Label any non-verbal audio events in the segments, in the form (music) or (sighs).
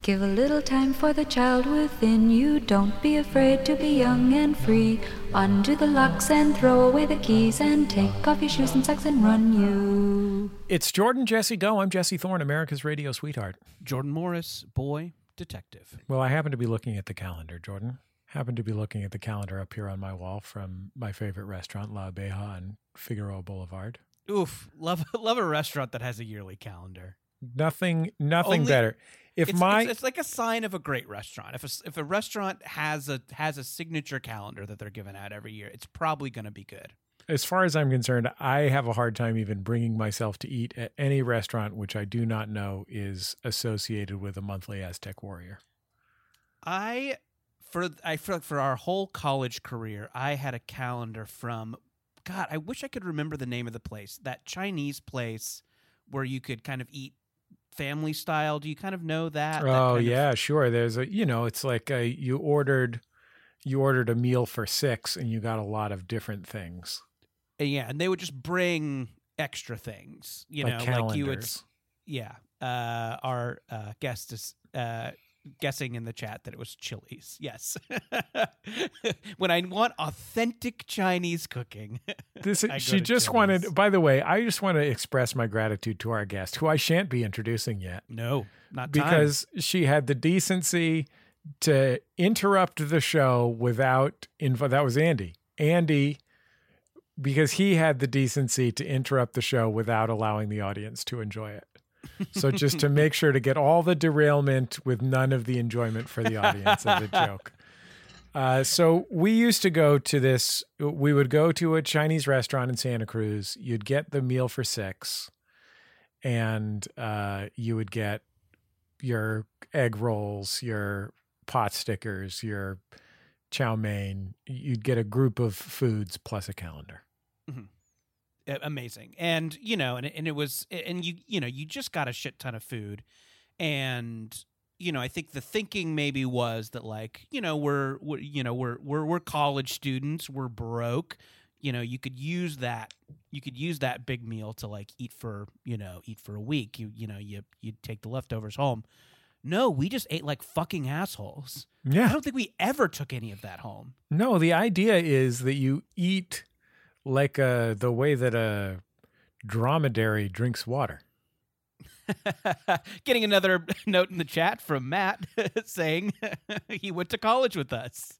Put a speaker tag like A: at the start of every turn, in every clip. A: Give a little time for the child within you. Don't be afraid to be young and free. Undo the locks and throw away the keys and take off your shoes and socks and run you.
B: It's Jordan Jesse Go. I'm Jesse Thorne, America's radio sweetheart.
C: Jordan Morris, boy detective.
B: Well, I happen to be looking at the calendar, Jordan. Happen to be looking at the calendar up here on my wall from my favorite restaurant, La Beja on Figueroa Boulevard.
C: Oof, love (laughs) love a restaurant that has a yearly calendar.
B: Nothing, nothing
C: Only-
B: better. If
C: it's,
B: my
C: it's, it's like a sign of a great restaurant. If a, s- if a restaurant has a has a signature calendar that they're giving out every year, it's probably going to be good.
B: as far as I'm concerned, I have a hard time even bringing myself to eat at any restaurant which I do not know is associated with a monthly Aztec warrior.
C: I for I feel like for our whole college career, I had a calendar from God. I wish I could remember the name of the place. That Chinese place where you could kind of eat family style. Do you kind of know that? That
B: oh
C: kind of-
B: yeah, sure. There's a you know, it's like uh you ordered you ordered a meal for six and you got a lot of different things.
C: And yeah, and they would just bring extra things. You know,
B: like
C: like you would.
B: calendars.
C: Yeah, uh, our uh, guest is. Uh, Guessing in the chat that it was Chili's. Yes. (laughs) when I want authentic Chinese cooking, (laughs)
B: this
C: I
B: is,
C: go
B: she
C: to
B: just
C: Chili's.
B: wanted by the way, I just want to express my gratitude to our guest, who I shan't be introducing yet.
C: no, not time.
B: because she had the decency to interrupt the show without info. That was Andy. Andy, because he had the decency to interrupt the show without allowing the audience to enjoy it. So just
C: (laughs)
B: to make sure to get all the derailment with none of the enjoyment for the audience of
C: (laughs)
B: the joke. Uh, so we used to go to this. We would go to a Chinese restaurant in Santa Cruz. You'd get the meal for six, and uh, you would get your egg rolls, your pot stickers, your chow mein. You'd get a group of foods plus a calendar.
C: a- amazing and you know and, it- and it was and you you know you just got a shit ton of food and you know i think the thinking maybe was that like you know we're, we're you know we're, we're we're college students we're broke you know you could use that you could use that big meal to like eat for you know eat for a week you you know you you take the leftovers home no we just ate like fucking assholes i
B: Yeah.
C: don't think we ever took any of that home
B: No, the idea is that you eat like a, the way that a dromedary drinks water.
C: (laughs) Getting another note in the chat from Matt (laughs) saying he went to college with us.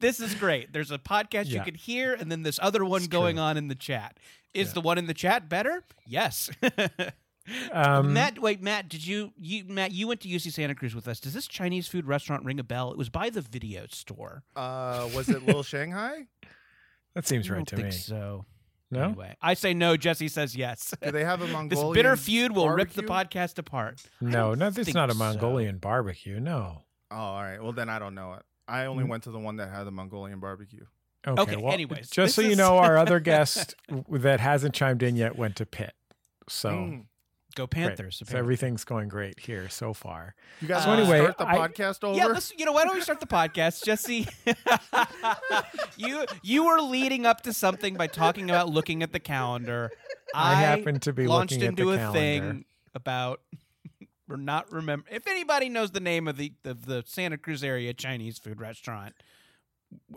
C: This is great. There's a podcast
B: Yeah.
C: you could hear, and then this other one
B: It's
C: going
B: true.
C: on in the chat. Is
B: Yeah.
C: the one in the chat better? Yes. (laughs)
B: Um,
C: Matt, wait, Matt, did you you Matt? You went to UC Santa Cruz with us. Does this Chinese food restaurant ring a bell? It was by the video store.
D: Uh, was it
C: (laughs)
D: Little Shanghai?
B: that seems
C: I
B: right
C: don't
B: to
C: think
B: me.
C: So
B: No?
C: anyway, I say no. Jesse says yes.
D: Do they have
C: (laughs)
D: a
C: This
D: Mongolian?
C: bitter feud will rip the
D: barbecue?
C: podcast apart. I
B: No,
C: don't
B: no, it's
C: think
B: not a
C: so.
B: Mongolian barbecue. No.
D: Oh, all right. Well, then I don't know it. I only
C: Mm.
D: went to the one that had the Mongolian barbecue.
B: Okay.
C: Okay,
B: well,
C: anyways,
B: just so
C: this
B: you
C: is-
B: know, our other
C: (laughs)
B: guest that hasn't chimed in yet went to Pitt. So.
C: Hmm.
D: Mm.
C: Go
B: great.
C: Panthers!
B: So
C: apparently.
B: everything's going great here so far.
D: You guys
C: So
D: want to
B: anyway,
D: start the
B: I-
D: podcast over?
C: uh, Yeah, let's. You know, why don't we start the podcast, Jesse? (laughs) you you were leading up to something by talking about looking at the calendar.
B: I, happen to be
C: launched
B: looking
C: into
B: at the
C: a
B: calendar.
C: thing about (laughs) or not remember. If anybody knows the name of the of the Santa Cruz area Chinese food restaurant.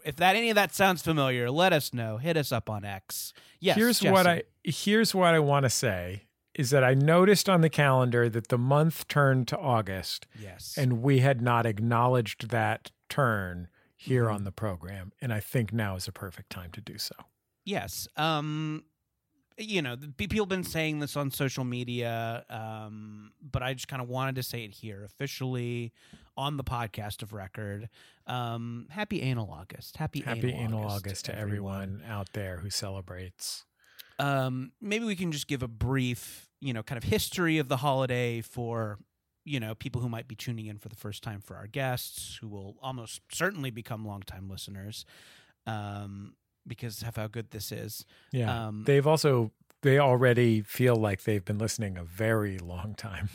C: If that any of that sounds familiar, let us know. Hit us up on X. Yes.
B: here's what
C: Jesse.
B: I here's what I want to say is that I noticed on the calendar that the month turned to August,
C: Yes.
B: and we had not acknowledged that turn here
C: Mhm.
B: on the program, and I think now is a perfect time to do so.
C: Yes. Um you know, the- pe- people have been saying this on social media, um, but I just kind of wanted to say it here officially on the podcast of record. Um, happy anal August. Happy,
B: Happy
C: anal,
B: anal August to everyone out there who celebrates.
C: Um, maybe we can just give a brief, you know, kind of history of the holiday for, you know, people who might be tuning in for the first time for our guests who will almost certainly become longtime listeners um, because of how good this is.
B: Yeah,
C: Um,
B: they've also they already feel like they've been listening a very long time.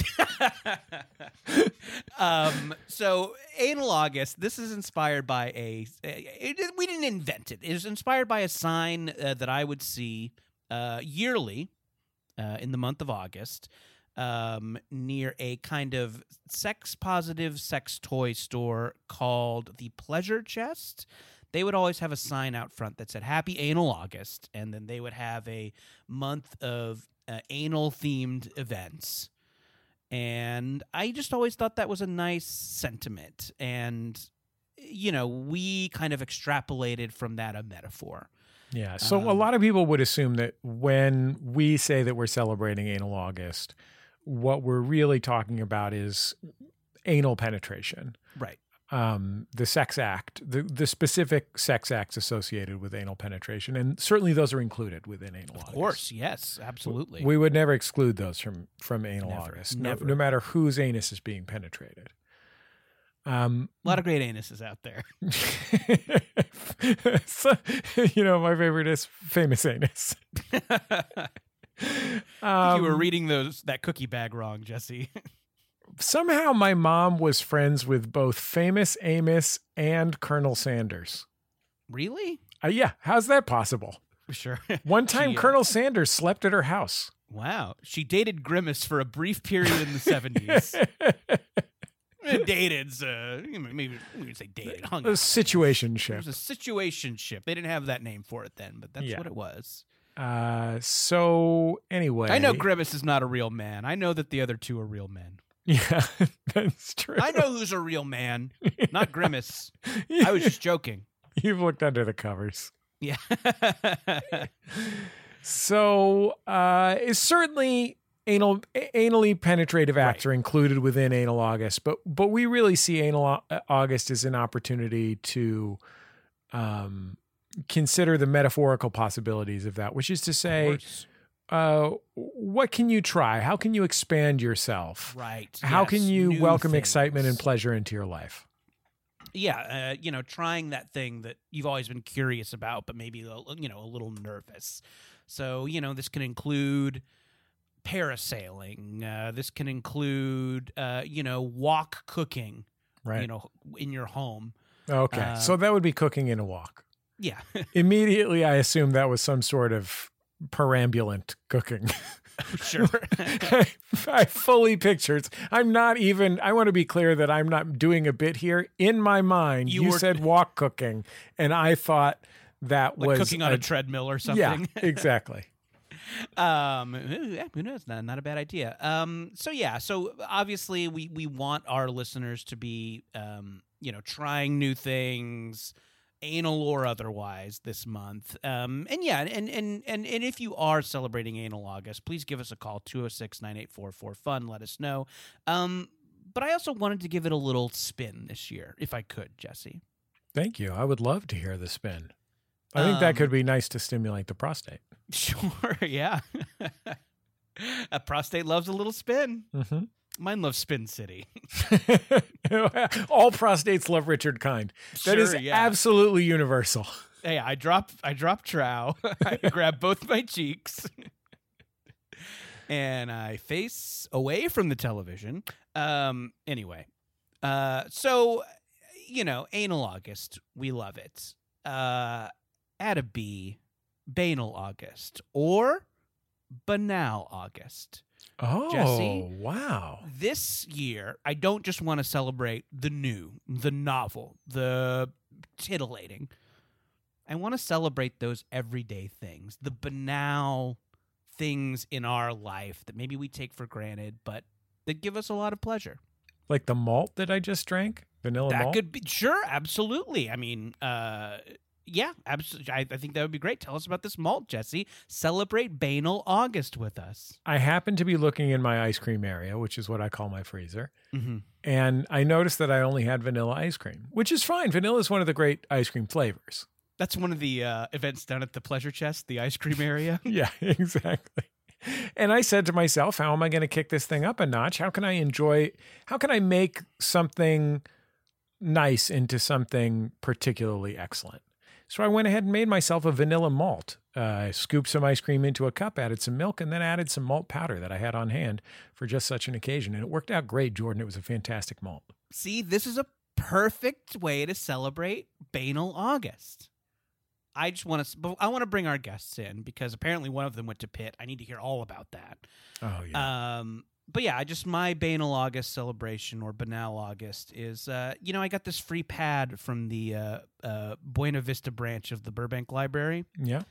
C: um, so analogous. This is inspired by a. It, it- we didn't invent it. It was inspired by a sign uh, that I would see uh, yearly uh, in the month of August. um, near a kind of sex positive sex toy store called the Pleasure Chest. They would always have a sign out front that said Happy Anal August, and then they would have a month of uh, anal themed events. And I just always thought that was a nice sentiment. And, you know, we kind of extrapolated from that a metaphor.
B: Yeah. So a
C: Um,
B: lot of people would assume that when we say that we're celebrating anal August, what we're really talking about is anal penetration,
C: Right.
B: um, the sex act, the, the specific sex acts associated with anal penetration. And certainly those are included within anal August.
C: Of course. Yes. Absolutely.
B: We would never exclude those from from anal
C: Never,
B: August, no,
C: never.
B: no matter whose anus is being penetrated. Um, (laughs)
C: a lot of great anuses out there. (laughs)
B: so, you know, my favorite is famous anus.
C: you were
B: Um,
C: reading those that cookie bag wrong, Jesse. (laughs)
B: somehow my mom was friends with both famous Amos and Colonel Sanders.
C: really?
B: Uh, yeah, how's that possible?
C: Sure.
B: One time,
C: Gee, uh,
B: Colonel Sanders slept at her house.
C: (laughs) Wow. She dated Grimace for a brief period in
B: (laughs)
C: the seventies. dated, uh, you know, maybe we would say dated. Hung
B: a
C: out.
B: situation
C: It was a situationship. They didn't have that name for it then, but that's
B: Yeah.
C: what it was.
B: Uh, so anyway,
C: I know Grimace is not a real man. I know that the other two are real men.
B: (laughs) Yeah, (laughs) that's true.
C: I know who's a real man, not Grimace. I was just joking.
B: You've looked under the covers.
C: Yeah. (laughs)
B: So, uh, is certainly anal a- anally penetrative acts are included within anal August, but but we really see anal Au- uh, August as an opportunity to um, consider the metaphorical possibilities of that, which is to say, uh, what can you try? How can you expand yourself?
C: right.
B: How
C: yes,
B: can you
C: new
B: welcome excitement and
C: things.
B: pleasure into your life?
C: yeah, uh, you know, trying that thing that you've always been curious about, but maybe a l- you know a little nervous. So you know, this can include parasailing. Uh, this can include uh, you know walk cooking.
B: Right.
C: You know, in your home.
B: okay.
C: uh,
B: so that would be cooking in a
C: (laughs)
B: walk. (laughs)
C: Yeah,
B: Immediately, I assumed that was some sort of perambulant cooking.
C: sure.
B: I, (laughs) I fully pictured. I'm not even. I want to be clear that I'm not doing a bit here. In my mind, you,
C: You were-
B: said walk cooking, and I thought that
C: like
B: was
C: cooking on a, treadmill or (laughs)
B: yeah,
C: something.
B: exactly.
C: um ooh, yeah, who knows not, not a bad idea um so yeah so obviously we we want our listeners to be um you know trying new things anal or otherwise this month um and yeah and and and, and if you are celebrating anal august please give us a call 206-9844-fun let us know um but i also wanted to give it a little spin this year if i could jesse
B: Thank you. I would love to hear the spin. I think that
C: Um,
B: could be nice to stimulate the prostate.
C: (laughs) sure yeah (laughs) a prostate loves a little spin
B: hmm
C: Mine loves Spin City.
B: (laughs)
C: (laughs)
B: All prostates love Richard Kind. that is
C: Sure, yeah.
B: absolutely universal.
C: hey, I drop I drop trow. (laughs) I grab both my cheeks. (laughs) and I face away from the television. Um anyway. Uh so you know, anal August, we love it. Uh at a B, banal August or banal August.
B: Oh,
C: Jesse?
B: wow.
C: This year, I don't just want to celebrate the new, the novel, the titillating. I want to celebrate those everyday things, the banal things in our life that maybe we take for granted, but that give us a lot of pleasure.
B: Like the malt that I just drank, vanilla
C: that
B: malt.
C: could be sure, absolutely. I mean, uh, yeah, absolutely. I, I think that would be great. Tell us about this malt, Jesse. Celebrate banal August with us.
B: I happened to be looking in my ice cream area, which is what I call my freezer,
C: Mm-hmm.
B: and I noticed that I only had vanilla ice cream, which is fine. Vanilla is one of the great ice cream flavors.
C: That's one of the uh, events down at the Pleasure Chest, the ice cream area.
B: Yeah, (laughs) exactly. And I said to myself, how am I going to kick this thing up a notch? How can I enjoy, how can I make something nice into something particularly excellent? So I went ahead and made myself a vanilla malt. Uh, I scooped some ice cream into a cup, added some milk, and then added some malt powder that I had on hand for just such an occasion. And it worked out great, Jordan. It was a fantastic malt.
C: See, this is a perfect way to celebrate Banal August. I just want to. I want to bring our guests in because apparently one of them went to Pitt. I need to hear all about that.
B: Oh,
C: Um, but yeah, I just my banal August celebration or banal August is uh, you know I got this free pad from the uh, uh, Buena Vista branch of the Burbank Library.
B: Yeah.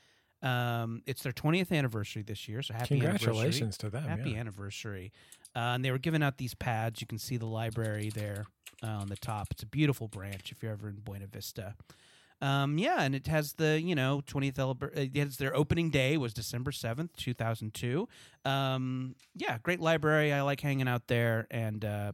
C: Um, it's their 20th anniversary this year, so happy anniversary.
B: Congratulations to them.
C: Happy
B: yeah.
C: anniversary. Uh, and they were giving out these pads. You can see the library there uh, on the top. It's a beautiful branch if you're ever in Buena Vista. Um, yeah, and it has the, you know, 20th, elab- it has their opening day was December 7th, 2002. Um, yeah, great library. I like hanging out there. And uh,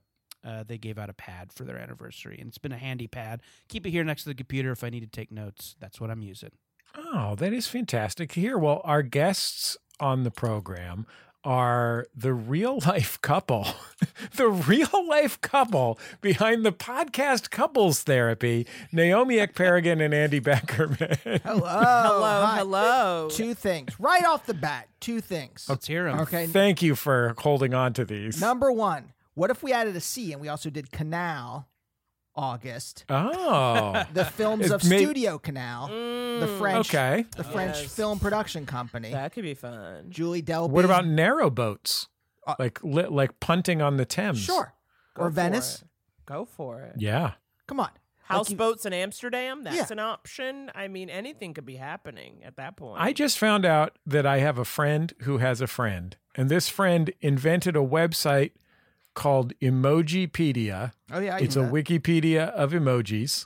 C: uh, they gave out a pad for their anniversary. And it's been a handy pad. Keep it here next to the computer if I need to take notes. That's what I'm using.
B: Oh, that is fantastic. Here, well, our guests on the program are the real life couple, (laughs) the real life couple behind the podcast Couples Therapy, Naomi Ekparagon and Andy
E: (laughs)
B: Beckerman.
E: Hello.
F: (laughs) Hello,
E: Hi.
F: hello.
E: Two things. Right off the bat, two things.
B: Oh,
C: Let's hear 'em.
E: Okay.
B: Thank you for holding on to these.
E: Number one, what if we added a C and we also did Canal August? (laughs)
B: Oh, (laughs)
E: The films of
B: It may-
E: Studio Canal, the French
B: okay.
E: the French
F: Mm. Yes.
E: film production company.
F: That could be fun.
E: Julie Delpy.
B: What about narrow boats?
E: Uh,
B: Like li- like punting on the Thames.
E: Sure.
F: Go
E: or
F: for
E: Venice.
F: it. Go for it.
B: Yeah.
E: Come on. Like you-
F: Houseboats in Amsterdam, that's
E: Yeah.
F: an option. I mean, anything could be happening at that point. (laughs)
B: I just found out that I have a friend who has a friend, and this friend invented a website called Emojipedia.
E: Oh yeah, I
B: it's a
E: knew that.
B: Wikipedia of emojis.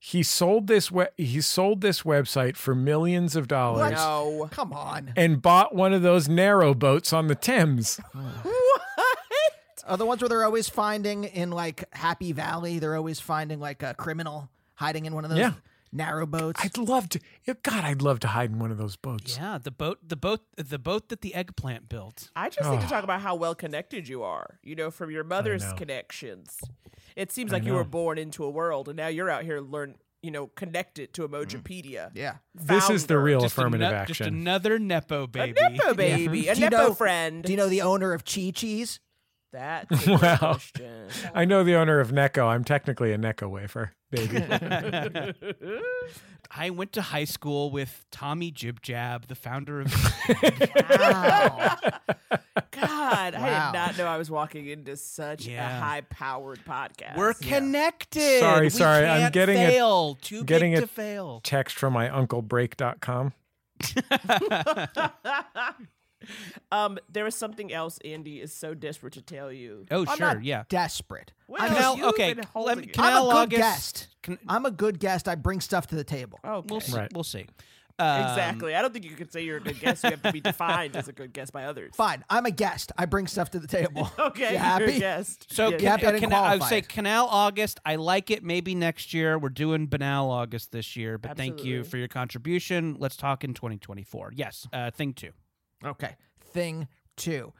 B: He sold this we- he sold this website for millions of dollars
F: No.
E: Come on.
B: and bought one of those narrow boats on the Thames.
E: Are the ones where they're always finding in like Happy Valley? They're always finding like a criminal hiding in one of those
B: Yeah.
E: narrow boats.
B: I'd love to God, I'd love to hide in one of those boats.
C: Yeah, the boat, the boat, the boat that the eggplant built.
F: I just need to
B: Oh.
F: talk about how well connected you are, you know, from your mother's
B: know.
F: connections. It seems
B: I
F: like you were
B: know.
F: born into a world and now you're out here learn, you know, connected to Emojipedia.
E: Mm. yeah.
B: This is the
F: Founder.
B: real
C: Just a
B: affirmative
C: nu- Just
B: action.
C: another nepo baby.
F: A Nepo baby, a
E: Do you
F: Nepo
E: know-
F: friend.
E: Do you know the owner of Chi Chi's?
F: That's a good
B: Wow.
F: question.
B: I know the owner of Necco. I'm technically a Necco wafer, baby.
C: I went to high school with Tommy Jib Jab, the founder of.
E: Wow.
F: God, I
E: Wow.
F: did not know I was walking into such
C: Yeah.
F: a high-powered podcast.
C: We're connected.
B: Sorry,
C: We
B: sorry, I'm
C: can't
B: getting a-
C: fail. Too
B: getting
C: big
B: a-
C: to fail.
B: Text from my unclebreak.com.
F: um, there was something else Andy is so desperate to tell you.
C: Oh
E: I'm
C: sure,
E: not
C: yeah.
E: desperate.
F: Well,
E: I'm,
C: Canal-
F: you've
C: okay,
F: been
C: let me-
F: holding it.
C: can I-
E: I'm a
C: Canal
E: good
C: August-
E: guest.
C: Can-
E: I'm a good guest. I bring stuff to the table.
F: Oh, Okay.
C: We'll see.
B: Right.
C: We'll see. Um,
F: Exactly. I don't think you could say you're a good guest. You have to be defined as a good guest by others.
E: Fine. I'm a guest. I bring stuff to the table.
F: Okay,
E: You
F: you're a
E: happy?
F: guest.
C: So
F: Yeah,
C: can,
E: Yep, I didn't
C: can I, I would
E: qualify
C: say
E: it.
C: Canal August. I like it. Maybe next year we're doing Banal August this year, but thank you
F: Absolutely.
C: for your contribution. Let's talk in 2024. Yes, uh, thing two.
E: Okay. Thing two,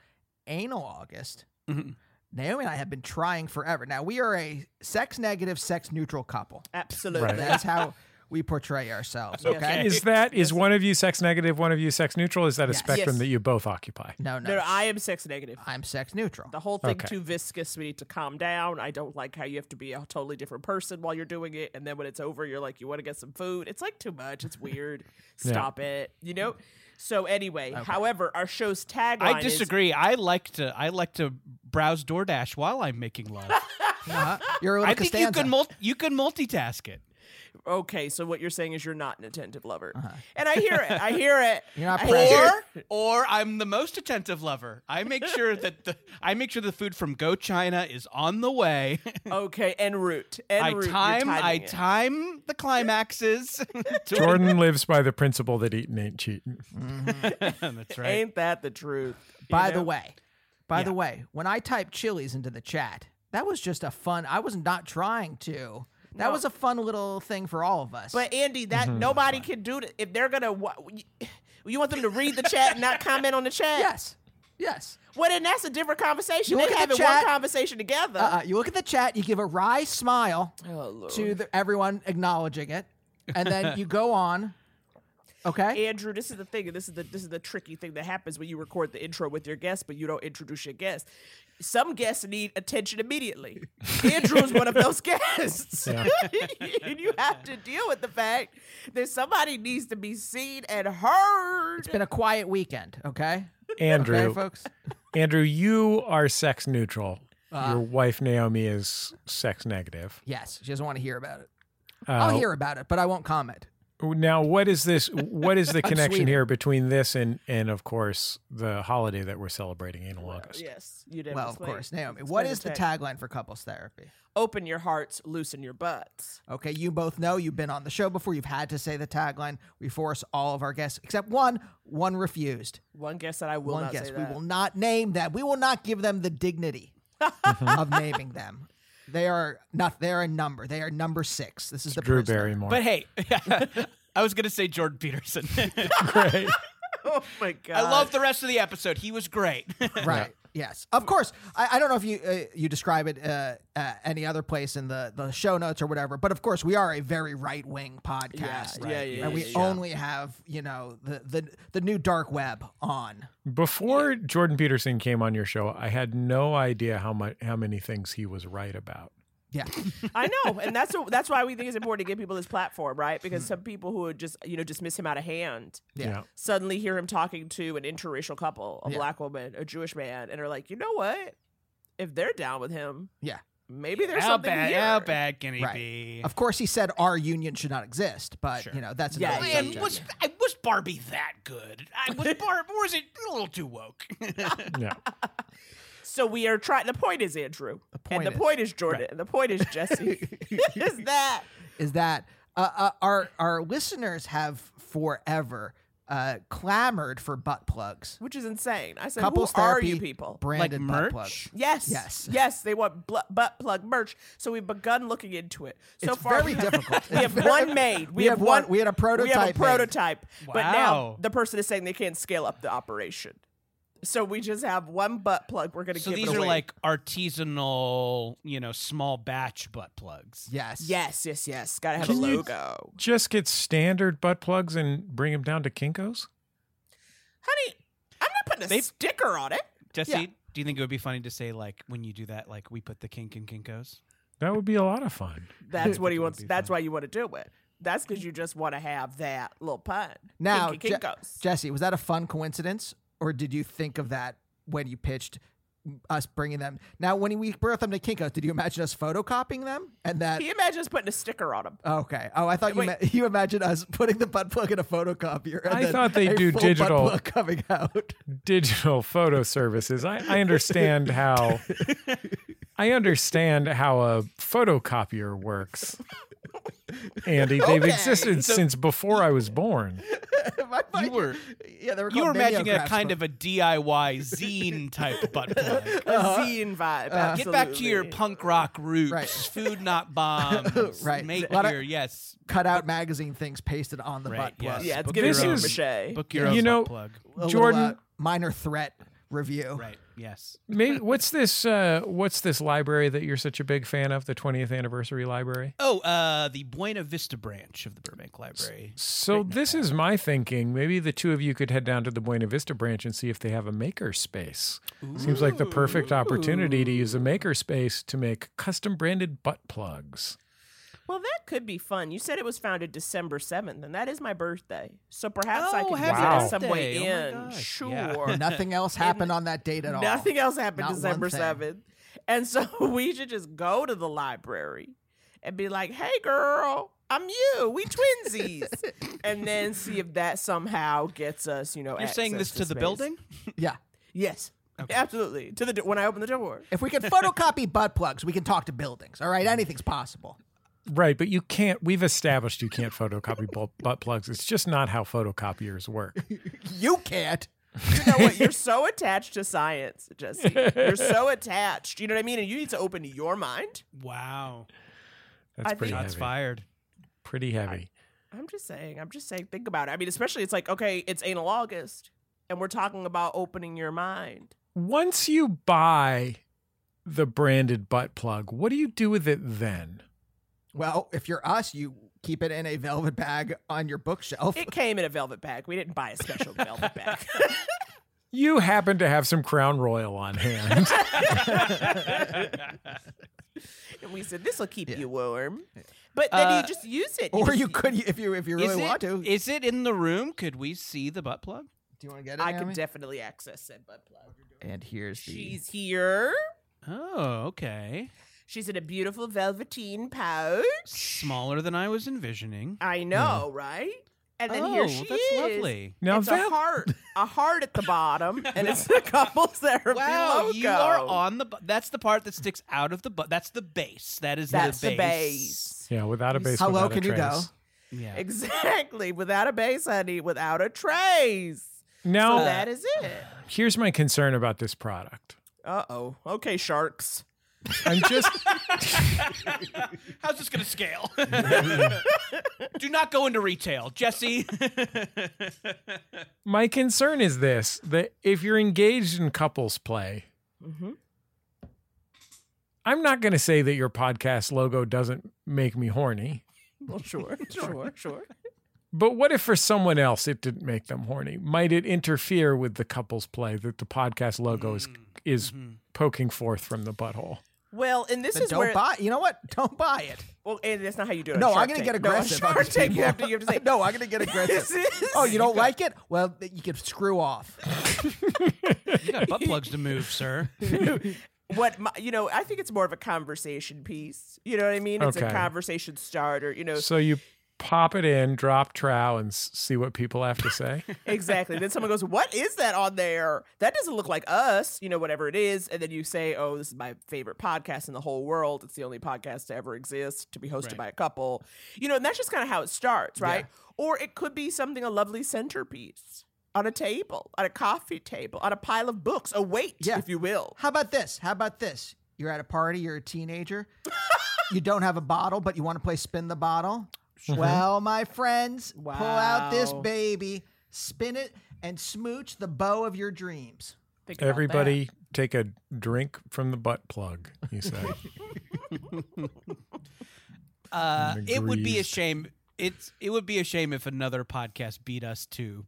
E: anal August.
C: Mhm.
E: Naomi and I have been trying forever. Now we are a sex negative, sex neutral couple.
F: absolutely.
E: That's how we portray ourselves.
F: Yes.
E: Okay.
B: Is that is one of you sex negative, one of you sex neutral? Is that a
E: Yes.
B: spectrum
F: Yes.
B: that you both occupy?
E: No,
F: No,
E: no.
F: no, I am sex negative.
E: I'm sex neutral.
F: The whole thing
B: Okay.
F: too viscous. We need to calm down. I don't like how you have to be a totally different person while you're doing it, and then when it's over, you're like, you want to get some food. It's like too much. It's weird.
B: Yeah.
F: Stop it. You know. So anyway, however, our show's tagline.
C: I
F: is-
C: disagree. I like to I like to browse DoorDash while I'm making
F: (laughs)
C: love.
E: Uh-huh. You're a little
C: I think you
E: Costanza.
C: can mul- you can multitask it.
F: okay, so what you're saying is you're not an attentive lover, and I hear it. I hear it.
E: Uh-huh. (laughs) You're not
F: I
E: present.
F: hear it.
C: Or or I'm the most attentive lover. I make sure that the I make sure the food from Go China is on the
F: (laughs)
C: way.
F: Okay, en route. En
C: I
F: route. you're
C: time I
F: timing it.
C: time the
F: (laughs)
C: climaxes.
B: Jordan lives by the principle that eating ain't cheating.
C: That's right.
F: Ain't that the truth? you
E: By the
F: know?
E: way, by the way, when I typed Chili's into the chat, that was just a fun. I was not trying to. That was a fun little thing for all of us.
F: But Andy, that
E: Mm-hmm.
F: nobody can do that. If they're gonna, wa- you- you want them to read the chat and not comment on the
E: (laughs)
F: chat?
E: yes, yes.
F: Well, then that's a different conversation.
E: You look
F: They
E: at the
F: having
E: chat-
F: one conversation together. Oh,
E: Uh, you look at the chat. You give a wry smile to the, everyone acknowledging it, and
F: (laughs)
E: then you go on. Okay.
F: Andrew, this is the thing, and this is the this is the tricky thing that happens when you record the intro with your guest, but you don't introduce your guest. Some guests need attention
E: (laughs)
F: immediately. Andrew is one of those guests, (laughs) and you have to deal with the fact that somebody needs to be seen and heard.
E: it's been a quiet weekend. Okay.
B: Andrew,
E: Okay, folks.
B: Andrew, you are sex neutral.
E: Uh,
B: Your wife Naomi is sex negative.
E: yes, she doesn't want to hear about it.
B: Uh,
E: I'll hear about it, but I won't comment.
B: Now, what is this? What is the connection
E: Sweden.
B: here between this and and of course the holiday that we're celebrating in
F: Well,
B: August?
F: yes, you did.
E: Well, of course, Naomi. What is the tagline for couples therapy?
F: Open your hearts, loosen your butts.
E: Okay, you both know you've been on the show before. You've had to say the tagline. We force all of our guests, except one, one refused.
F: One guess that I will
E: one
F: not
E: guest.
F: say
E: We
F: that. (laughs)
E: will not name them. We will not give them the dignity of naming them. They are not. They are a number. They are number six. This is the
B: Drew
E: person.
B: Barrymore.
C: But hey, (laughs) I was gonna say Jordan Peterson. (laughs)
B: (laughs) Great.
F: Oh my god!
C: I love the rest of the episode. He was great.
E: Right. Yes. Of course. I, I don't know if you uh, you describe it uh, uh, any other place in the, the show notes or whatever, but of course we are a very right wing podcast.
F: yeah, yeah,
E: And
F: yeah,
E: we
F: yeah.
E: only have you know the, the the new dark web on.
B: Before Jordan Peterson came on your show, I had no idea how much how many things he was right about.
E: Yeah.
F: I know, and that's what, that's why we think it's important to give people this platform,
E: Hmm.
F: right? Because some people who would just you know dismiss him out of hand
E: Yeah.
F: suddenly hear him talking to an interracial couple, a
E: Yeah.
F: black woman, a Jewish man, and are like, you know what? If they're down with him,
E: Yeah.
F: maybe there's
C: how
F: something
C: bad?
F: here.
C: How bad can he
E: Right.
C: be?
E: Of course, he said our union should not exist, but
C: Sure.
E: you know that's
F: Yeah,
E: another
F: yeah,
C: Man,
E: subject.
F: yeah.
C: was I was Barbie that good? I was Barb, or was it a little too woke? (laughs)
E: (laughs)
B: Yeah.
F: So we are trying. The point is Andrew,
E: point
F: and the
E: is-
F: point is Jordan, and the point is
E: (laughs)
F: Jesse. is that
E: is that uh, uh, our our listeners have forever uh, clamored for butt plugs.
F: which is insane? I said,
E: Couples
F: who
E: therapy
F: are you people?
E: branded
C: merch?
E: butt plugs.
F: Yes.
E: Yes.
F: Yes. They want bl- butt plug merch. So we've begun looking into it. So
E: It's
F: far,
E: very
F: we have-
E: difficult.
F: (laughs) We have
E: It's very-
F: one made.
E: we have one- we had a
F: We have a
E: prototype made.
F: prototype. But
C: Wow.
F: now the person is saying they can't scale up the operation. So we just have one butt plug. We're going to
C: so
F: give
C: these
F: it
C: are
F: away.
C: like artisanal, you know, small batch butt plugs.
E: Yes.
F: yes, yes, yes. Got to have
B: Can
F: a
B: you-
F: logo.
B: Just get standard butt plugs and bring them down to Kinkos.
F: Honey, I'm not putting a
C: They-
F: sticker on it.
C: Jesse,
E: Yeah.
C: do you think it would be funny to say like when you do that, like we put the kink in kinkos?
B: That would be a lot of fun.
F: (laughs) That's what
C: (laughs)
F: he
C: That would
F: wants.
C: be
F: That's
C: fun.
F: why you want to do it. That's because you just want to have that little pun.
E: Now,
F: Kinky
E: Je-
F: Kinkos.
E: Jesse, was that a fun coincidence, or did you think of that when you pitched mm, us bringing them? Now, when we brought them to Kinko's, did you imagine us photocopying them and that?
F: he imagines putting a sticker on him.
E: Okay. Oh, I thought you
F: Wait.
E: meant (laughs) you imagined us putting the butt plug in a photocopier. And
B: I
E: then
B: thought they
E: a
B: do
E: full
B: digital.
E: butt plug coming out. (laughs)
B: Digital (laughs) photo services. I, I understand how I understand how a photocopier works.
E: (laughs)
B: Andy, they've
E: Okay,
B: existed
C: so-
B: since before I was born.
E: My mind-
C: were-
E: yeah, they were
C: You
E: called
C: were imagining a
E: mimeographs
C: kind
E: before.
C: of a DIY zine type butt plug.
F: A
C: Uh-huh.
F: zine vibe.
C: Get back to your
F: absolutely.
C: punk rock roots.
E: Right.
C: Food not bombs.
E: Right.
C: Make
E: A lot of-
C: your yes.
E: cut out magazine things pasted on the
C: Right,
E: butt plug.
C: yes.
F: Yeah, it's
C: Book
F: getting
B: your
F: paper
B: own-
F: mache.
C: Book your
B: You
C: own
B: know-
C: butt plug.
E: A little,
B: Jordan,
E: uh, minor threat review.
C: Right. Yes.
B: Maybe, what's this? Uh, what's this library that you're such a big fan of? The 20th anniversary library.
C: Oh, uh, the Buena Vista branch of the Burbank Library.
B: So this is my thinking. Maybe the two of you could head down to the Buena Vista branch and see if they have a maker space. Seems like the perfect opportunity to use a maker space to make custom branded butt plugs.
F: Well, that could be fun. You said it was founded December 7th, and that is my birthday. So perhaps I
C: Oh,
F: can
C: happy
F: wow. some
C: birthday.
F: way
C: Oh
F: in.
C: my gosh, yeah.
E: (laughs)
F: Sure.
E: Nothing else happened on that date at all.
F: (laughs) Nothing else happened
E: Not one
F: December
E: thing.
F: 7th. And so (laughs) we should just go to the library and be like, hey, girl, I'm you. We twinsies. and then see if that somehow gets us, you know,
C: You're saying this
F: access
C: to the
F: space.
C: building?
E: Yeah.
F: Yes. (laughs) Absolutely. To the do- when I open the door.
E: If we can photocopy butt plugs, we can talk to buildings. All right, anything's possible.
B: Right, but you can't. We've established you can't photocopy bu- butt plugs. It's just not how photocopiers
E: (laughs)
B: work.
E: You can't.
F: You know (laughs) what? You're so attached to science, Jesse. You're (laughs) so attached. You know what I mean? And you need to open your mind.
C: Wow.
B: That's
F: I
B: pretty
F: think-
C: Shots
B: heavy.
C: (laughs) fired.
B: Pretty heavy.
F: I'm just saying. I'm just saying. Think about it. I mean, especially it's like okay, it's anal August, and we're talking about opening your mind.
B: Once you buy the branded butt plug, what do you do with it then?
E: Well, if you're us, you keep it in a velvet bag on your bookshelf.
F: It came in a velvet bag. We didn't buy a (laughs) special velvet bag.
B: You happen to have some Crown Royal on
E: (laughs)
B: hand.
C: (laughs)
F: and we said this will keep you warm, but then
C: Uh,
F: you just use it.
E: or
F: just-
E: you could, if you if you
C: is
E: really
C: it,
E: want to. Do
C: Is it in the room? Could we see the butt plug?
E: you want to get it?
F: I
E: Naomi?
F: could definitely access said butt plug.
E: And here's the.
F: She's here.
C: Oh, okay.
F: She's in a beautiful velveteen pouch.
C: Smaller than I was envisioning.
F: I know, right? And then
C: oh,
F: here she
C: that's
F: is.
C: lovely.
B: Now
F: it's
B: that
F: a heart, a heart at the bottom, and it's the couple therapy
C: Wow,
F: logo.
C: you are on the. Bu- that's the part that sticks out of the. Bu- that's the base. That is
F: That's
C: the
F: the
C: base.
F: base.
B: yeah, without a base.
E: How low
B: without a
E: can you go?
B: trace.
C: Yeah.
F: Exactly. Without a base, honey. Without a trace.
B: Now
F: So that is it.
B: here's my concern about this product.
F: Uh oh. Okay, sharks.
B: I'm
F: (laughs)
B: just
C: How's this going to (laughs) scale? Do not go into retail, Jesse.
B: my concern is this that if you're engaged in couples play,
F: Mm-hmm.
B: I'm not going to say that your podcast logo doesn't make me horny.
F: Well, sure, (laughs) sure, sure.
B: But what if for someone else it didn't make them horny? Might it interfere with the couple's play that the podcast logo is is poking forth from the butthole?
F: Well, and this
E: Then
F: is
E: don't
F: where.
E: buy. You know what? Don't buy
F: (laughs)
E: it.
F: well, and that's not how you do it. on
E: No,
F: Shark
E: I'm gonna
F: Tank.
E: get
F: No, on
E: aggressive. on
F: Shark
E: these
F: Tank, you
E: people.
F: have to, you have to say,
E: (laughs) no, I'm gonna get
F: This
E: aggressive.
F: is-
E: Oh, you don't like it? Well, th- you can screw off.
C: you got butt plugs to move, (laughs) sir.
F: (laughs) what my, you know? I think it's more of a conversation piece. You know what I mean? It's
B: Okay.
F: a conversation starter. You know
B: So you pop it in, drop trow, and s- see what people have to say.
F: exactly. then someone goes, "What is that on there? That doesn't look like us." You know, whatever it is, and then you say, "Oh, this is my favorite podcast in the whole world. It's the only podcast to ever exist to be hosted
C: Right.
F: by a couple." You know, and that's just kind of how it starts, right? Or it could be something a lovely centerpiece on a table, on a coffee table, on a pile of books, a weight,
E: Yeah.
F: if you will.
E: How about this? How about this? You're at a party. You're a teenager.
F: (laughs)
E: you don't have a bottle, but you want to play spin the bottle. Well, my friends, pull out this
F: Mm-hmm. Wow.
E: baby, spin it, and smooch the bow of your dreams.
F: Think about that.
B: Everybody take a drink from the butt plug, you
F: (laughs)
B: say.
C: Uh,
B: I'm
C: it would be a
B: aggrieved.
C: shame. It's it would be a shame if another podcast beat us to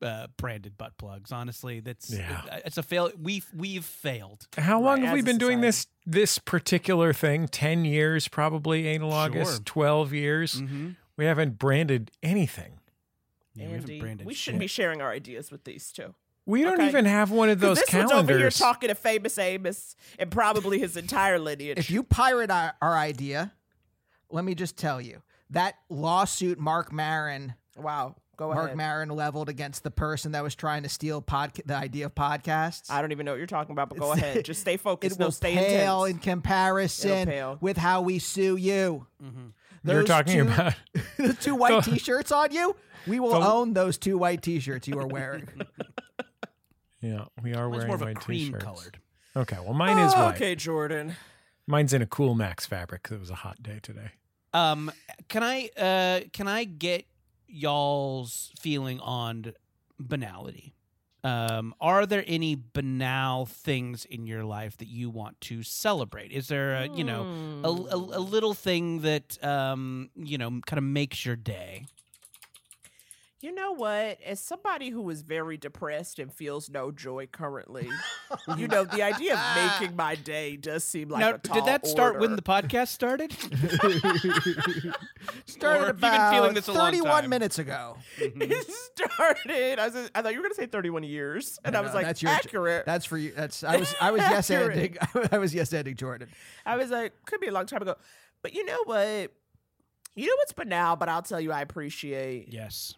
C: uh, branded butt plugs. Honestly, that's
B: Yeah.
C: it- it's a fail. We have we've failed.
B: How long
F: Right,
B: have we
F: as a
B: been doing
F: society.
B: this this particular thing? 10 years probably, analogous,
C: Sure.
B: 12 years.
C: Mm-hmm.
B: We haven't branded anything.
C: Yeah, we haven't
F: Andy,
C: branded.
F: we
C: shit.
F: shouldn't be sharing our ideas with these two.
B: We don't
F: Okay.
B: even have one of
F: 'Cause
B: those
F: this one's
B: calendars.
F: over here talking to famous Amos and probably his entire lineage.
E: If you pirate our, our idea, let me just tell you that lawsuit Mark Marin
F: wow, go
E: Mark
F: ahead.
E: Marin leveled against the person that was trying to steal podca- the idea of podcasts.
F: I don't even know what you're talking about, but go
E: It's-
F: (laughs) ahead. Just stay focused.
E: it
F: no,
E: will
F: stay
E: pale in
F: intense. It'll
E: comparison
F: pale. Mm-hmm.
E: with how we sue you.
B: You're
E: Those
B: talking
E: two-
B: about (laughs)
E: the two white T-shirts on you. We will
B: the-
E: own those two white T-shirts you are
F: (laughs)
E: wearing.
B: Yeah, we are
C: Mine's
B: wearing
C: more of a
B: white
C: cream
B: t-shirts.
C: colored.
B: Okay, well mine is white.
F: Oh, Okay, Jordan.
B: Mine's in a cool max fabric 'cause it was a hot day today.
C: Um, can I uh can I get y'all's feeling on banality? Um, are there any banal things in your life that you want to celebrate? Is there a you know
F: Hmm.
C: a, a, a little thing that um you know kind of makes your day?
F: You know what? As somebody who is very depressed and feels no joy currently, you know the idea of making my day does seem like
C: now,
F: a tall
C: did that start when
F: order.
C: the podcast started? Or have
E: Started
C: you been
E: about
C: feeling this a long
E: 31
C: time?
E: minutes ago.
C: Mm-hmm.
F: (laughs) it started? I was. I thought you were gonna say 31 years, and I was
E: No,
F: like,
E: that's your,
F: accurate.
E: That's for you. That's I was
F: (laughs)
E: I was yes
F: Accurate.
E: ending. (laughs) I was yes ending Jordan.
F: I was like, could be a long time ago. But you know what? You know what's banal, but I'll tell you, I
C: (laughs)
F: appreciate
C: yes.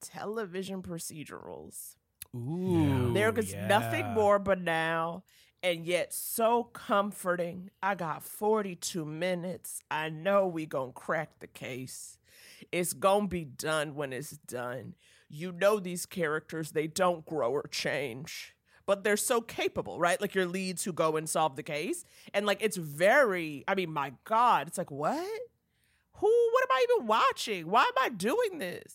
F: television procedurals.
C: Ooh,
F: There is nothing
C: yeah.
F: more banal and yet so comforting. I got 42 minutes. I know we gonna crack the case. It's gonna be done when it's done. You know these characters, they don't grow or change. But they're so capable, right? Like your leads who go and solve the case. And like it's very, I mean, my God, it's like, what? Who what am I even watching? Why am I doing this?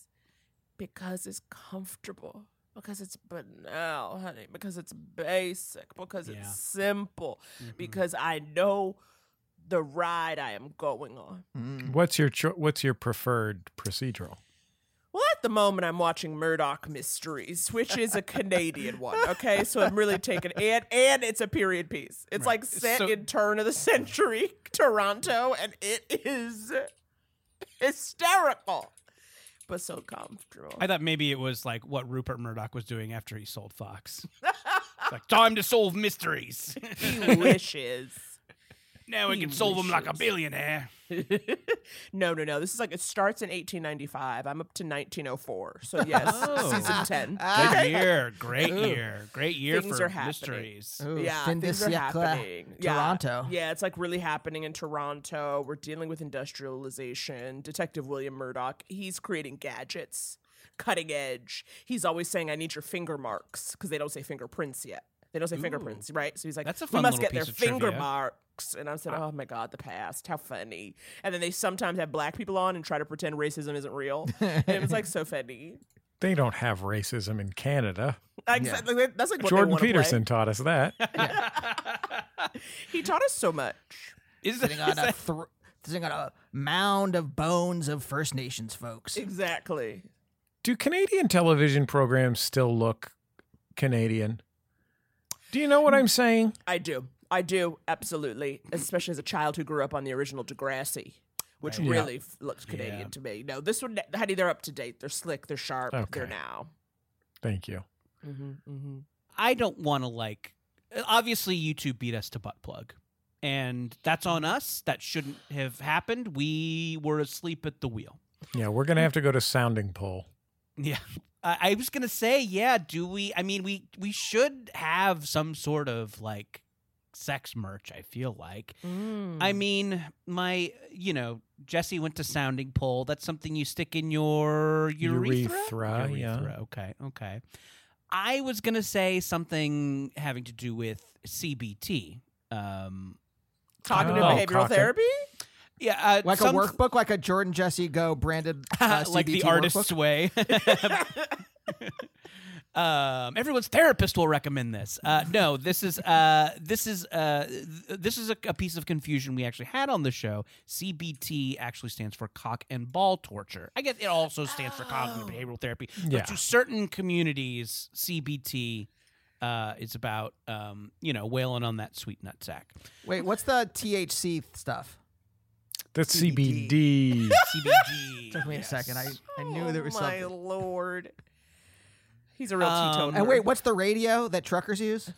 F: because it's comfortable because it's banal honey because it's basic because
C: Yeah.
F: it's simple
C: Mhm.
F: because i know the ride i am going on
E: Mm.
B: What's your cho- what's your preferred procedural?
F: well at the moment i'm watching murdoch mysteries which is a canadian one okay so i'm really taking and and it's a period piece it's
C: Right.
F: like set
C: So-
F: in turn of the century toronto and it is hysterical but so comfortable.
C: I thought maybe it was like what Rupert Murdoch was doing after he sold Fox. It's like time to solve mysteries. (laughs)
F: he wishes.
C: now we
F: He
C: can solve them like a
F: wishes.
C: billionaire.
F: no, no, no. This is like it starts in 1895. I'm up to 1904. So yes,
C: Oh.
F: season 10. (laughs)
C: Good year, great year, great year
F: Things
C: for
F: are happening.
C: mysteries.
E: Ooh,
F: yeah,
E: fin de
F: things are
E: siècle,
F: happening. Yeah.
E: Toronto.
F: Yeah. it's like really happening in Toronto. We're dealing with industrialization. Detective William Murdoch, he's creating gadgets, cutting edge. He's always saying, "I need your finger marks" because they don't say fingerprints yet. They don't say fingerprints, right? So he's like,
C: That's a
F: "We
C: fun
F: must
C: little
F: get their
C: piece of
F: finger
C: trivia.
F: marks." And I said, "Oh my god, the past! How funny!" And then they sometimes have black people on and try to pretend racism isn't real. and it was like so funny.
B: They don't have racism in Canada.
F: Like, That's like what they
B: Jordan
F: wanna play.
B: Peterson taught us that.
F: He taught us so much.
C: Is
E: Sitting on
F: (laughs)
E: a thr- sitting on a mound of bones of First Nations folks.
F: Exactly.
B: Do Canadian television programs still look Canadian? Do you know what I'm saying?
F: I do. I do absolutely, especially as a child who grew up on the original Degrassi, which
B: Right. Yeah.
F: really f looks Canadian
C: Yeah.
F: to me. No, this one, honey, they're up to date. They're slick. They're sharp. They're
B: Okay.
F: now.
B: Thank you.
F: Mm-hmm, mm-hmm.
C: I don't want to like. Obviously, YouTube beat us to butt plug, and that's on us. That shouldn't have happened. We were asleep at the wheel.
B: Yeah, we're gonna have to go to sounding poll.
C: Yeah, I, I was gonna say, yeah. Do we? I mean, we we should have some sort of like sex merch. I feel like.
E: Mm.
C: I
F: Mm.
C: mean, my you know, Jesse went to sounding pole. That's something you stick in your urethra.
B: Urethra, yeah.
C: Okay. Okay. I was gonna say something having to do with CBT. Um,
F: Cognitive
B: Oh,
F: behavioral
B: cognitive-
F: therapy?
C: yeah, uh,
E: Like
C: some-
E: a workbook, like a Jordan Jesse
C: (laughs)
E: Go branded, uh,
C: like the
E: CBT
C: artist's
E: workbook?
C: way. (laughs) um, everyone's therapist will recommend this. Uh, no, this is uh, this is uh, th- this is a, a piece of confusion we actually had on the show. CBT actually stands for cock and ball torture. I guess it also stands for cognitive behavioral therapy. But
B: Yeah.
C: to certain communities, CBT uh, is about um, you know wailing on that sweet nut sack.
E: Wait, what's the THC stuff?
B: That's
E: CBD.
B: CBD.
E: (laughs)
C: CBT.
E: Took me a second. I, I knew there was
F: oh, my
E: something.
F: lord. He's a real
C: Um,
F: teetotaler.
E: And wait, what's the radio that truckers use?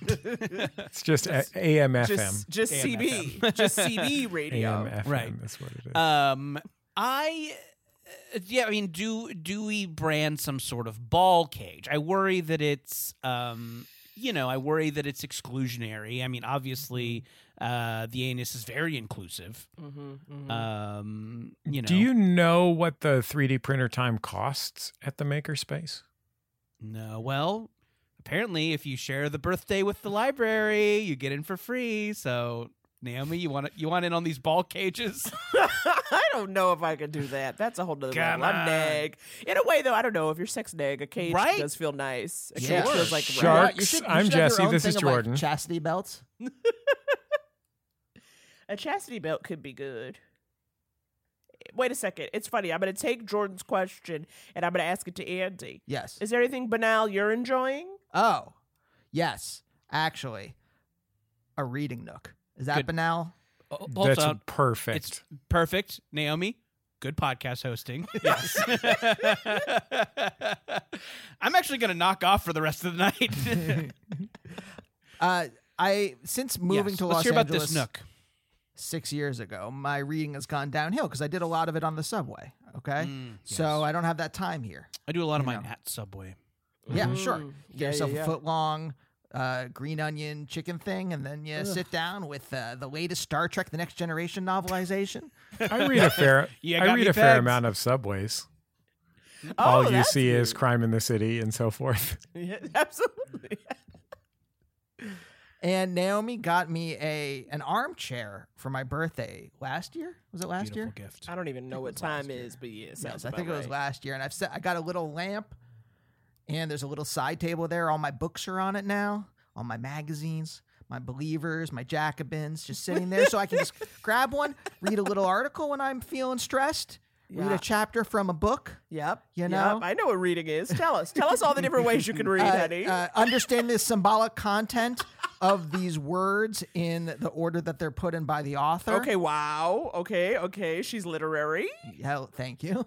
B: it's just, a- AMFM.
F: Just, just
C: AMFM.
F: CB. just CB radio.
B: AMFM.
C: Right.
B: That's what it is.
C: Um, I, uh, yeah, I mean, do do we brand some sort of ball cage? I worry that it's, um, you know, I worry that it's exclusionary. I mean, obviously,
B: Mm-hmm.
C: uh, the anus is very inclusive.
F: Mm-hmm,
C: Um, you know,
B: Mm. Do you know what the 3D printer time costs at the makerspace?
C: No, well. Apparently, if you share the birthday with the library, you get in for free. So, Naomi, you want you want in on these ball cages?
F: (laughs) I don't know if I could do that. That's a whole nother
C: Come
F: level. I'm
C: on.
F: neg. In a way, though, I don't know if you're sex neg. A cage
C: Right?
F: does feel nice. A
E: Yeah.
F: cage feels like
E: You know
B: Shark.
E: what?
F: right.
E: You should, you
B: I'm
E: should have your
B: Jesse.
E: own
B: This
E: thing
B: is
E: of, like,
B: Jordan.
E: chastity belts.
F: A chastity belt could be good. Wait a second. It's funny. I'm going to take Jordan's question and I'm going to ask it to Andy.
E: Yes.
F: Is there anything banal you're enjoying?
E: Oh, yes. Actually, a reading nook. Is that
C: Good.
E: banal?
C: Oh,
B: That's
C: hold on.
B: perfect.
C: It's perfect, Naomi. Good
B: (laughs)
C: podcast hosting. Yes. (laughs) I'm actually going to knock off for the rest of the
B: (laughs)
C: night. (laughs)
E: Uh, I since moving
C: Yes,
E: to
C: let's
E: Los
C: hear about
E: Angeles
C: this nook.
E: six years ago, my reading has gone downhill because I did a lot of it on the subway. Okay,
C: Mm.
E: so I don't have that time here.
C: I do a lot of
E: you
C: mine
E: know.
C: at Subway.
E: Yeah, sure.
F: Mm.
E: Get
F: Yeah,
E: yourself
F: yeah,
E: a
F: yeah.
E: foot long uh, green onion chicken thing, and then you sit down with uh, the latest Star Trek: The Next Generation novelization.
B: I read a fair.
C: (laughs) You
B: I read
C: got me
B: a fair
C: pegged. Oh,
B: amount of subways. All you
F: Oh, that's
B: see is
F: cute.
B: crime in the city and so forth.
F: (laughs) Yeah, absolutely.
E: and Naomi got me a an armchair for my birthday last year. Was it last
C: Beautiful
E: year?
C: gift.
F: I don't even know what time is, but yeah, it
E: Yes,
F: sounds
E: I think it
F: about
E: was
F: right.
E: last year, and I've set. I got a little lamp, and there's a little side table there. All my books are on it now. All my magazines, my Believers, my
F: (laughs)
E: Jacobins, just sitting there, so I can just grab one, read a little article when I'm feeling stressed, Read
F: Yeah.
E: a chapter from a book.
F: Yep.
E: You
F: Yep.
E: know?
F: I know what reading is. Tell us. Tell us all the different ways
E: (laughs)
F: you can read,
E: Uh,
F: honey.
E: uh, understand the symbolic content of these words in the order that they're put in by the author.
F: okay. Wow. Okay. Okay. She's literary.
E: Hell, thank you.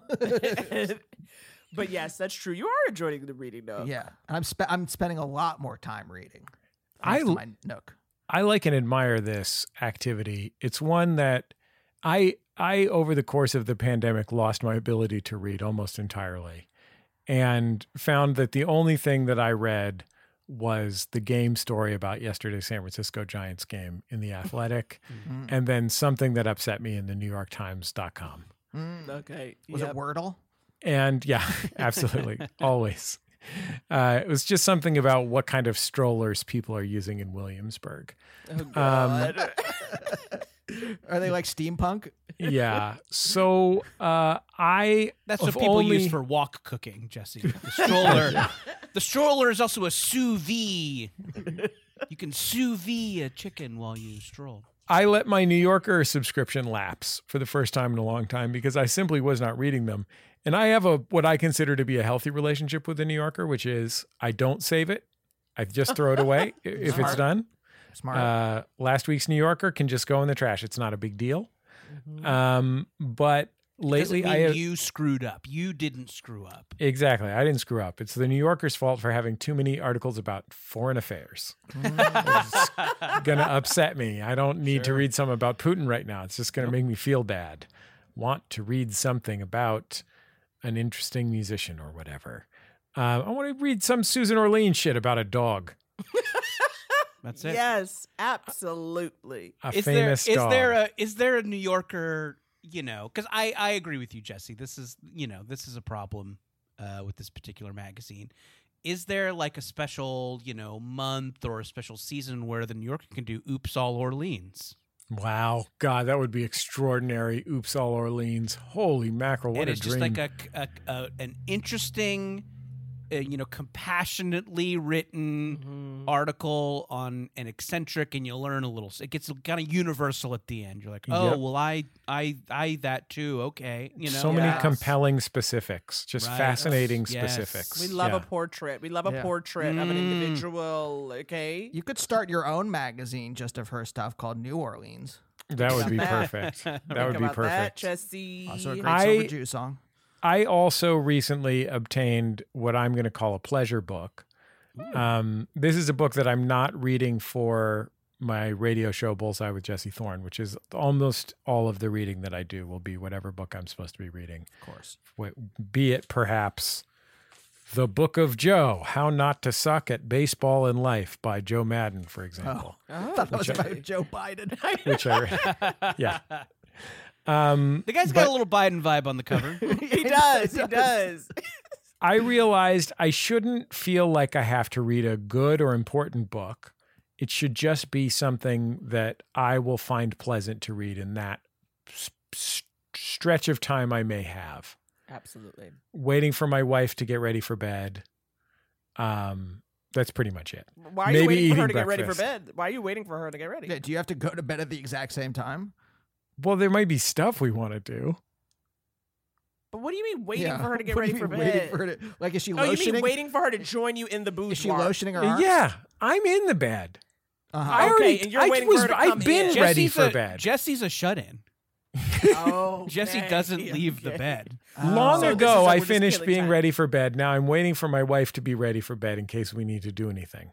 F: but yes, that's true. You are enjoying the reading, though.
E: (laughs) yeah, I'm spe- I'm spending a lot more time reading.
B: I
E: thanks to
B: l-
E: my Nook.
B: I like and admire this activity. It's one that I I over the course of the pandemic lost my ability to read almost entirely and found that the only thing that I read was the game story about yesterday's San Francisco Giants game in the Athletic
E: Mm.
B: and then something that upset me in the New York Times.com.
E: Mm.
F: Okay.
E: Was
F: yep.
E: it Wordle?
B: And yeah, (laughs) absolutely, always. Uh, it was just something about what kind of strollers people are using in Williamsburg.
F: Oh, God.
E: Are they like steampunk?
B: yeah. So uh, I
C: That's
B: Of
C: what people
B: only-
C: use for wok cooking, Jesse.
B: (laughs)
C: The stroller. the stroller is also a sous vide. You can sous vide a chicken while you stroll.
B: I let my New Yorker subscription lapse for the first time in a long time because I simply was not reading them. And I have a what I consider to be a healthy relationship with the New Yorker, which is I don't save it. I just
C: (laughs)
B: throw it away i- if it's
E: Smart.
B: done.
E: Smart.
B: Uh, last week's New Yorker can just go in the trash. It's not a big deal. Um, but
C: Mm-hmm. Doesn't
B: lately,
C: mean
B: I have,
C: you screwed up. You didn't screw up.
B: exactly I didn't screw up. It's the New Yorker's fault for having too many articles about foreign affairs. It's gonna upset me. I don't need to read something about Putin right now. It's just gonna make me feel bad. Want to read something about an interesting musician or whatever. Um, I want to read some Susan Orlean shit about a dog,
C: That's it.
F: yes. Absolutely.
B: a
C: is there
B: famous
C: is
B: dog.
C: there a is there a New Yorker you know because I I agree with you Jesse this is you know this is a problem uh, with this particular magazine is there like a special you know month or a special season where the New Yorker can do oops all Orleans
B: wow, God, that would be extraordinary. Oops, all Orleans. Holy mackerel! What
C: and
B: a
C: it's just
B: dream.
C: like a, a, a an interesting uh, you know compassionately written
B: Mm-hmm.
C: article on an eccentric and you learn a little it gets kind of universal at the end you're like oh
B: Yep.
C: well i i i that too okay you know
B: so many
F: Yes.
B: compelling specifics, just
C: Right.
B: fascinating
C: Yes.
B: specifics.
F: We love
B: Yeah.
F: a portrait. We love a
E: Yeah.
F: portrait of an
C: Mm.
F: individual. Okay.
E: you could start your own magazine just of her stuff called New Orleans.
B: That would
F: About
B: be
F: (laughs) that.
B: perfect. That
F: Think
B: would be
F: about That,
B: perfect.
F: Jesse.
E: Also a Oh, great
B: I-
E: Silver Jew song.
B: I also recently obtained what I'm going to call a pleasure book. Um, this is a book that I'm not reading for my radio show Bullseye with Jesse Thorne, which is almost all of the reading that I do will be whatever book I'm supposed to be reading.
E: Of course.
B: Wh- Be it perhaps The Book of Joe How Not to Suck at Baseball and Life by Joe Madden,
F: Oh.
B: for example.
E: I thought that was about Joe
F: (laughs)
E: Biden. (laughs)
B: Which I read. (laughs) yeah. Um,
C: the guy's got a little biden vibe on
B: (laughs)
C: the cover
F: he does. He does.
B: I realized I shouldn't feel like I have to read a good or important book. It should just be something that I will find pleasant to read in that s- s- stretch of time I may have.
F: Absolutely.
B: Waiting for my wife to get ready for bed. Um, that's pretty much it.
F: Why are
B: Maybe
F: you waiting for her
B: eating
F: to get ready for
B: breakfast.
F: bed? Why are you waiting for her to get ready?
E: Yeah, do you have to go to bed at the exact same time?
B: Well, there might be stuff we want to do.
F: But what do you mean waiting
E: Yeah.
F: for
E: (laughs)
F: her to get
E: What do
F: ready
E: you
F: for
E: mean waiting
F: bed?
E: for her to- like, is she
F: oh,
E: lotioning?
F: you mean waiting for her to join you in the boudoir?
E: is she lotioning her arms?
B: Yeah, I'm in the bed. I
E: Uh-huh.
F: Okay,
B: already,
F: and you're
B: I
F: waiting for
B: was,
F: her to come
B: I've been
F: in.
B: ready
C: Jesse's
B: for
C: a-
B: bed.
C: jesse's a shut-in
F: Oh,
C: jesse
F: (laughs) okay, (laughs)
C: doesn't leave the
F: okay.
C: bed
B: Long
F: Um, So this is
B: ago,
F: how
B: I
F: we're just
B: finished
F: killing
B: being
F: time.
B: ready for bed. Now I'm waiting for my wife to be ready for bed in case we need to do anything.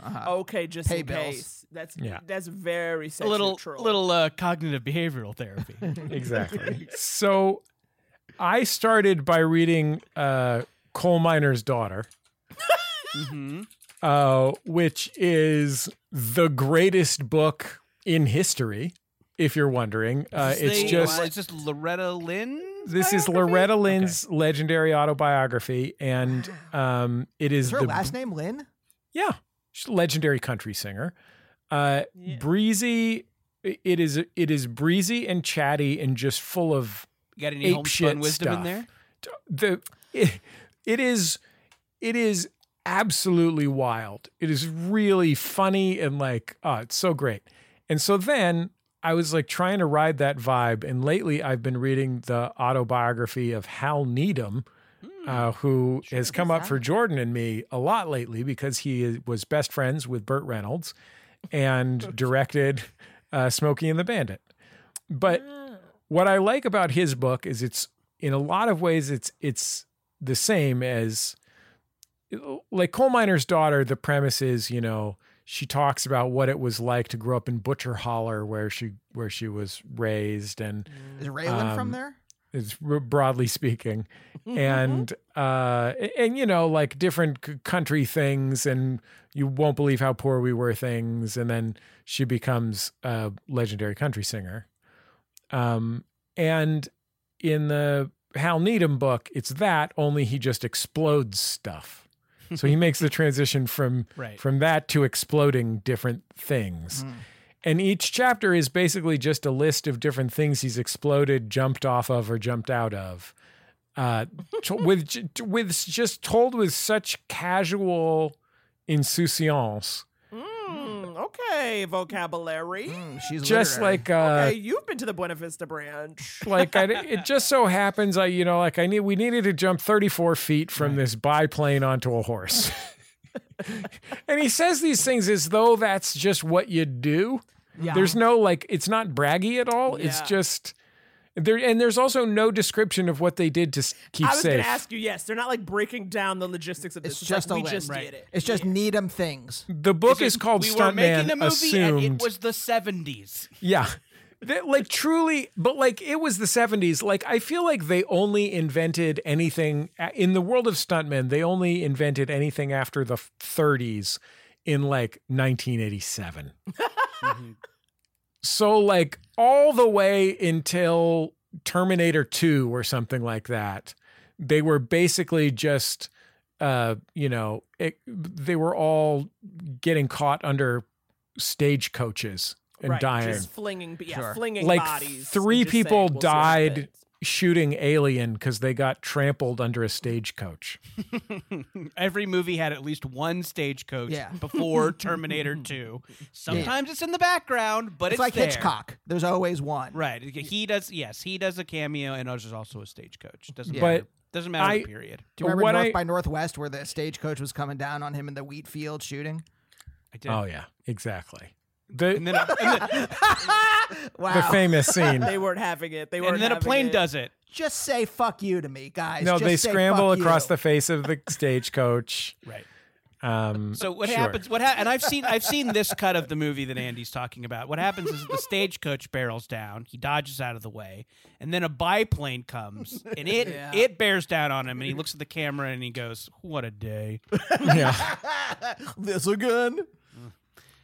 E: Uh-huh.
F: Okay, just
E: Pay
F: in
E: bills.
F: case. That's
B: Yeah.
F: that's very
C: a
F: sex
C: little
F: neutral.
C: little uh, cognitive behavioral therapy
B: Exactly. so I started by reading uh, Coal Miner's Daughter,
C: hmm
B: uh, which is the greatest book in history, if you're wondering. (laughs) Uh,
C: Is
B: it's
C: they-
B: just.
C: it's just Loretta Lynn.
B: This is Loretta Lynn's legendary autobiography,
F: (sighs)
B: and um, it is,
E: Is her
B: the
E: last name Lynn?
B: Yeah. She's a legendary country singer. Uh
F: Yeah.
B: breezy it is it is breezy and chatty and just full of
C: You got any
B: ape shit
C: homespun wisdom
B: stuff.
C: in there?
B: The it, it is it is absolutely wild. It is really funny and like oh, it's so great. And so then I was like trying to ride that vibe. And lately, I've been reading the autobiography of Hal Needham, uh, who has come up for Jordan and me a lot lately because he is- was best friends with Burt Reynolds and directed uh, Smokey and the Bandit. But what I like about his book is it's in a lot of ways it's it's the same as like coal miner's daughter the premise is you know she talks about what it was like to grow up in butcher holler where she where she was raised and
E: Is Raylan
B: Um,
E: from there?
B: is broadly speaking and uh and you know like different c- country things and you won't believe how poor we were things and then she becomes a legendary country singer um and in the hal needham book it's that only he just explodes stuff so he makes the transition from
C: Right.
B: from that to exploding different things and each chapter is basically just a list of different things he's exploded, jumped off of, or jumped out of. Uh, to- with j- with s- just told with such casual insouciance,
F: Mm, okay, vocabulary.
E: Mm, she's
B: just
E: literary.
B: like uh,
F: hey, you've been to the Buena Vista branch.
B: like I, it just so happens I you know like I need we needed to jump 34 feet from this biplane onto a horse. (laughs) and he says these things as though that's just what you do.
E: Yeah.
B: There's no like it's not braggy at all. It's
F: Yeah.
B: just there and there's also no description of what they did to s- keep
F: I was
B: safe.
F: gonna ask you. Yes, they're not like breaking down the logistics of
E: it's
F: this. like,
E: just a
F: we
E: list.
F: just
C: Right.
F: did it.
E: It's just Needham things.
B: the book is called
C: we were making
B: Stuntman
C: a movie
B: Assumed.
C: and it was the 70s.
B: Yeah. That, like truly, but like it was the 70s. Like I feel like they only invented anything in the world of stuntmen, they only invented anything after the 30s in like 1987.
F: Mm-hmm.
B: So like all the way until Terminator 2 or something like that, they were basically just uh, you know, it, they were all getting caught under stagecoaches and
F: right,
B: dying
F: Just flinging, but yeah,
E: Sure.
F: flinging
B: like
F: bodies. and
B: three
F: just saying,
B: people
F: we'll see what
B: died
F: happens.
B: shooting alien because they got trampled under a stagecoach
C: (laughs) Every movie had at least one stagecoach
E: Yeah.
C: before Terminator 2. Sometimes it's in the background, but
E: It's,
C: it's,
E: like
C: there.
E: Hitchcock. There's always one.
C: Right. He does yes, he does a cameo and there's also a stagecoach. Doesn't
E: Yeah.
C: matter.
B: But
C: Doesn't matter
B: I-
C: the period.
E: Do you remember
B: What
E: North
B: I-
E: by Northwest where the stagecoach was coming down on him in the wheat field shooting?
C: I did.
B: oh yeah exactly the,
C: And then a, and then,
E: wow.
B: the famous
E: (laughs)
B: scene
F: They weren't having it. They weren't.
C: and then a
F: having
C: plane
F: it.
C: does it.
E: Just say fuck you to me, guys.
B: no
E: Just
B: they
E: say
B: scramble
E: fuck
B: across
E: you.
B: the face of
E: (laughs)
B: the stagecoach
C: Right.
B: um
C: So what
B: sure.
C: happens? What ha- and I've seen I've seen this cut of the movie that Andy's talking about. What happens is the stagecoach barrels down. He dodges out of the way, and then a biplane comes and it it bears down on him. And he looks at the camera and he goes, "What a day,
B: yeah
E: This again?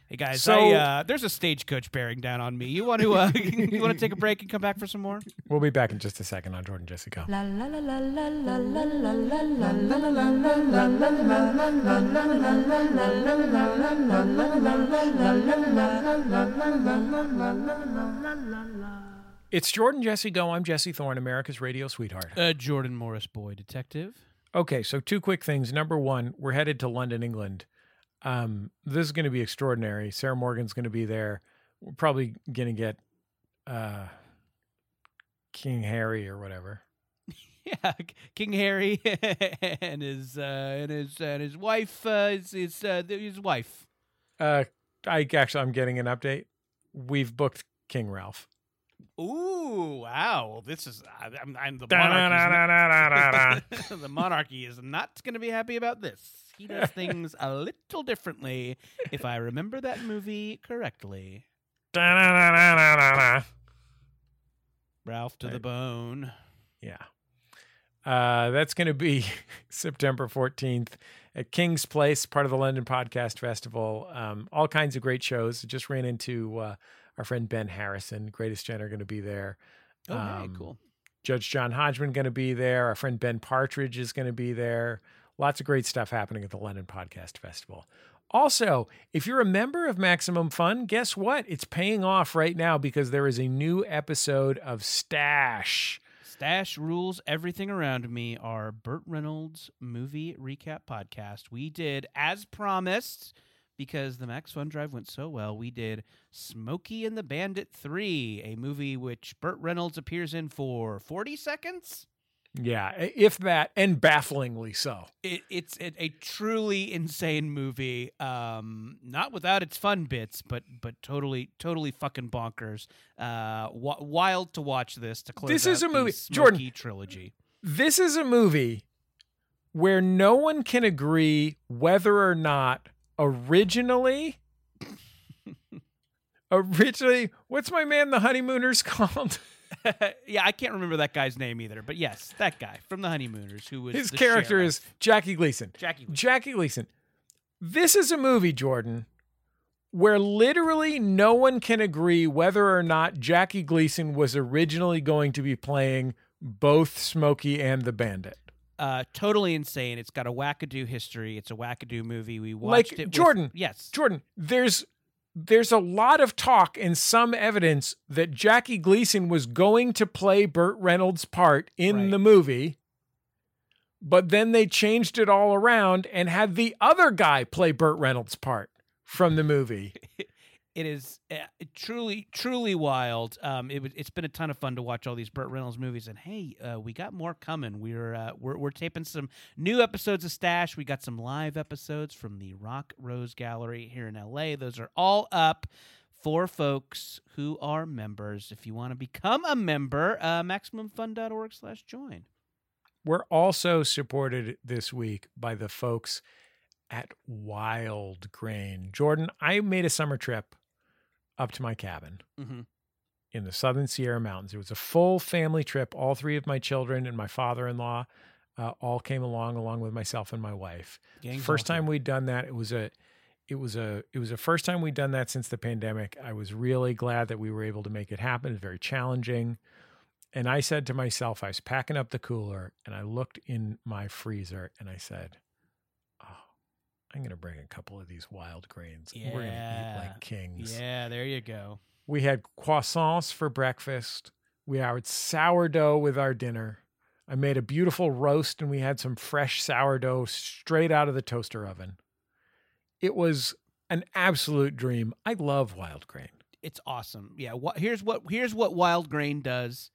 C: hey guys!
B: So-
C: I, uh, there's a stagecoach bearing down on me. You want to uh, (laughs) you want to take a break and come back for some more?
B: we'll be back in just a second on jordan jessica
A: La la la la la la la la la la la la la la la la la la la
B: it's jordan jesse go i'm jesse thorne america's radio sweetheart
C: Uh, Jordan Morris, boy detective.
B: Okay, so two quick things. Number one, we're headed to London, England. Um, this is going to be extraordinary. Sarah Morgan's going to be there. We're probably going to get uh, King Harry or whatever.
C: (laughs) Yeah, King Harry (laughs) and his uh, and his and his wife uh, his his, uh, his wife.
B: Uh, I actually, I'm getting an update. We've booked King Ralph.
C: Ooh, wow. Well, this is I- I'm, I'm the monarchy.
B: Da-na-na-na-na-na-na. (laughs)
C: (laughs) the monarchy is not going to be happy about this. He does things a little differently, if I remember that movie correctly.
B: Da-na-na-na-na-na.
C: Ralph to the
B: Right.
C: bone.
B: Yeah. Uh, that's going to be (laughs) September 14th at King's Place, part of the London Podcast Festival. Um, all kinds of great shows. Just ran into uh, our friend Ben Harrison. Greatest Gen are going to be there.
C: Oh, hey,
B: Um,
C: cool.
B: Judge John Hodgman going to be there. Our friend Ben Partridge is going to be there. Lots of great stuff happening at the London Podcast Festival. Also, if you're a member of Maximum Fun, guess what? It's paying off right now because there is a new episode of Stash.
C: Stash Rules Everything Around Me, our Burt Reynolds movie recap podcast. We did, as promised, because the Max Fun Drive went so well. We did Smokey and the Bandit 3, a movie which Burt Reynolds appears in for 40 seconds.
B: Yeah, i- if that, and bafflingly so.
C: It, it's a a truly insane movie. Um, not without its fun bits, but but totally totally fucking bonkers. Uh, w- wild to watch this to close.
B: This is
C: out
B: a
C: the
B: movie- Jordan.
C: Smokey trilogy.
B: This is a movie where no one can agree whether or not originally, originally, what's my man, the honeymooners (laughs) called?
C: Uh, yeah, I can't remember that guy's name either, but yes, that guy from the Honeymooners who was
B: His
C: the
B: character
C: sheriff.
B: is Jackie Gleason.
C: Jackie. Lee.
B: Jackie Gleason. This is a movie, Jordan, where literally no one can agree whether or not Jackie Gleason was originally going to be playing both Smokey and the Bandit.
C: Uh, totally insane. It's got a wackadoo history. It's a wackadoo movie. We
B: Like,
C: watched it. with-
B: Jordan,
C: yes.
B: Jordan, there's there's a lot of talk and some evidence that Jackie Gleason was going to play Burt Reynolds' part in
C: Right.
B: the movie, but then they changed it all around and had the other guy play Burt Reynolds' part from the
C: (laughs)
B: movie.
C: it is uh, truly, truly wild. Um, it, was- it's been a ton of fun to watch all these Burt Reynolds movies. And hey, uh, we got more coming. We're, uh, we're we're taping some new episodes of Stash. We got some live episodes from the Rock Rose Gallery here in L.A. Those are all up for folks who are members. If you want to become a member, uh, maximumfun.org/join.
B: We're also supported this week by the folks at Wild Grain. Jordan, I made a summer trip up to my cabin
C: Mm-hmm.
B: in the southern Sierra Mountains. It was a full family trip. All three of my children and my father in law uh, all came along, along with myself and my wife. first time we'd done that, it was a it was a it was the first time we'd done that since the pandemic. I was really glad that we were able to make it happen. It's very challenging. And I said to myself, I was packing up the cooler and I looked in my freezer and I said, Oh, I'm gonna bring a couple of these wild grains. We're gonna
C: Yeah.
B: eat like kings.
C: Yeah, there you go.
B: We had croissants for breakfast. We had sourdough with our dinner. I made a beautiful roast and we had some fresh sourdough straight out of the toaster oven. It was an absolute dream. I love wild grain.
C: it's awesome. Yeah, wha- here's what here's what Wild Grain does.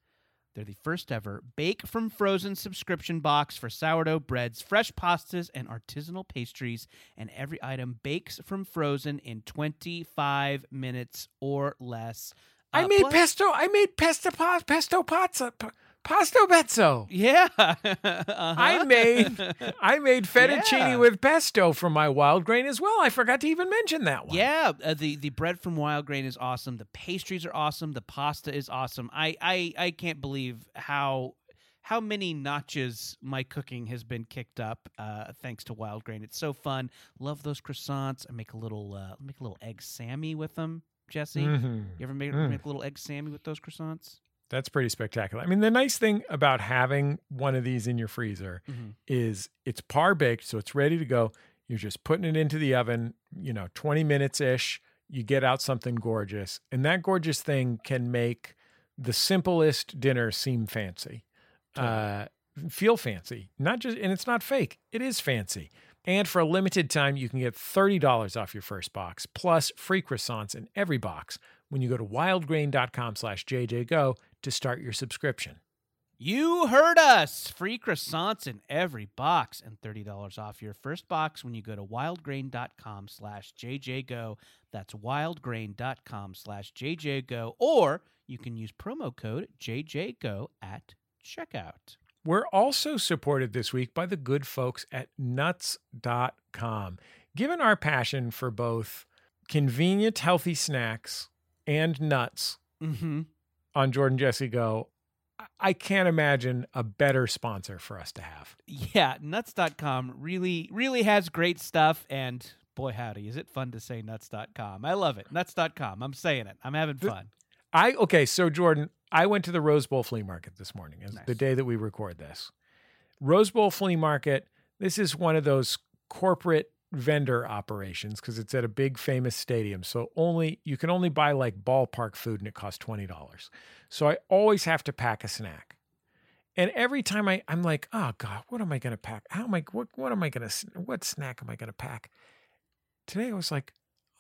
C: They're the first ever bake from frozen subscription box for sourdough breads, fresh pastas, and artisanal pastries, and every item bakes from frozen in 25 minutes or less.
B: I
C: Uh,
B: made
C: plus-
B: pesto. I made pesto pa- pesto pazza, pa- pasto bezzo.
C: Yeah, (laughs) Uh-huh.
B: I made
C: (laughs)
B: I made fettuccine
C: Yeah.
B: with pesto from my wild grain as well. I forgot to even mention that one.
C: Yeah, uh, the the bread from Wild Grain is awesome. The pastries are awesome. The pasta is awesome. I I I can't believe how how many notches my cooking has been kicked up uh, thanks to Wild Grain. It's so fun. Love those croissants. I make a little uh, make a little egg sammy with them. Jesse,
B: Mhm.
C: you ever make,
B: Mm.
C: make a little egg sammy with those croissants?
B: That's pretty spectacular. I mean, the nice thing about having one of these in your freezer
C: Mhm.
B: is it's par baked, so it's ready to go. You're just putting it into the oven, you know, 20 minutes ish. You get out something gorgeous. And that gorgeous thing can make the simplest dinner seem fancy, uh, feel fancy. Not just, and it's not fake, it is fancy. And for a limited time, you can get $30 off your first box, plus free croissants in every box when you go to wildgrain.com slash jjgo to start your subscription.
C: You heard us. Free croissants in every box and $30 off your first box when you go to wildgrain.com slash jjgo. That's wildgrain.com slash jjgo. Or you can use promo code jjgo at checkout.
B: We're also supported this week by the good folks at nuts.com. Given our passion for both convenient, healthy snacks and nuts
C: Mm-hmm.
B: on Jordan Jesse Go, I- I can't imagine a better sponsor for us to have.
C: Yeah, nuts.com really, really has great stuff. And boy, howdy, is it fun to say nuts.com. I love it. Nuts.com. I'm saying it. I'm having fun.
B: I okay, so Jordan, I went to the Rose Bowl flea market this morning, It's the
C: Nice.
B: day that we record this. Rose Bowl flea market, this is one of those corporate vendor operations because it's at a big famous stadium. So only you can only buy like ballpark food and it costs twenty dollars. So I always have to pack a snack. And every time I, I'm like, oh God, what am I gonna pack? How am I what what am I gonna s- what snack am I gonna pack? today I was like,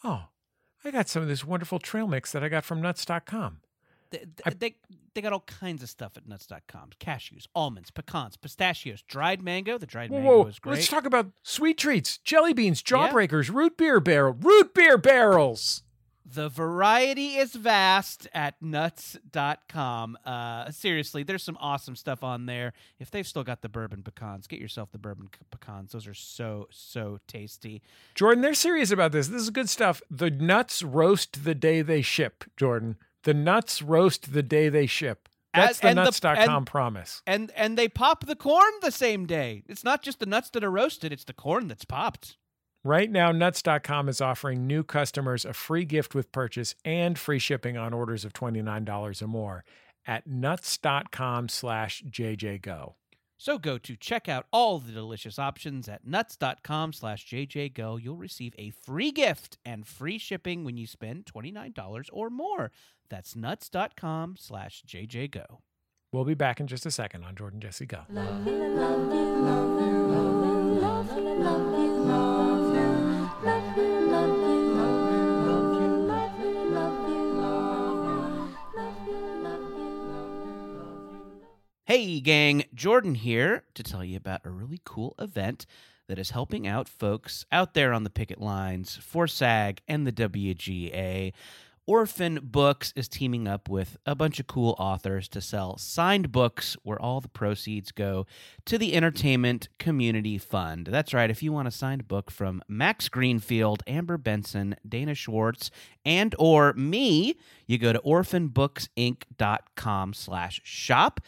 B: oh, I got some of this wonderful trail mix that I got from nuts.com.
C: They, they, they got all kinds of stuff at nuts.com cashews, almonds, pecans, pistachios, dried mango. The dried
B: Whoa,
C: mango
B: whoa.
C: is great.
B: Let's talk about sweet treats, jelly beans, jawbreakers, root beer barrel, root beer barrels.
C: The variety is vast at nuts.com. Uh, seriously, there's some awesome stuff on there. If they've still got the bourbon pecans, get yourself the bourbon c- pecans. Those are so, so tasty.
B: Jordan, they're serious about this. This is good stuff. The nuts roast the day they ship, Jordan. The nuts roast the day they ship. That's
C: As-
B: the
C: and the-
B: nuts.com
C: and-
B: promise.
C: And and they pop the corn the same day. It's not just the nuts that are roasted, it's the corn that's popped.
B: Right now, nuts.com is offering new customers a free gift with purchase and free shipping on orders of $29 or more at nuts.com slash jjgo.
C: So go to check out all the delicious options at nuts.com slash jjgo. You'll receive a free gift and free shipping when you spend $29 or more. That's nuts.com slash jjgo.
B: We'll be back in just a second on Jordan Jesse Go.
A: Love you, love you, love you, love you, love you, love you, love you, love you, love you, love you, love you, love you, love you, love you.
C: Hey, gang, Jordan here to tell you about a really cool event that is helping out folks out there on the picket lines for SAG and the WGA. Orphan Books is teaming up with a bunch of cool authors to sell signed books where all the proceeds go to the Entertainment Community Fund. That's right, if you want a signed book from Max Greenfield, Amber Benson, Dana Schwartz, and or me, you go to orphanbooksinc.com slash shop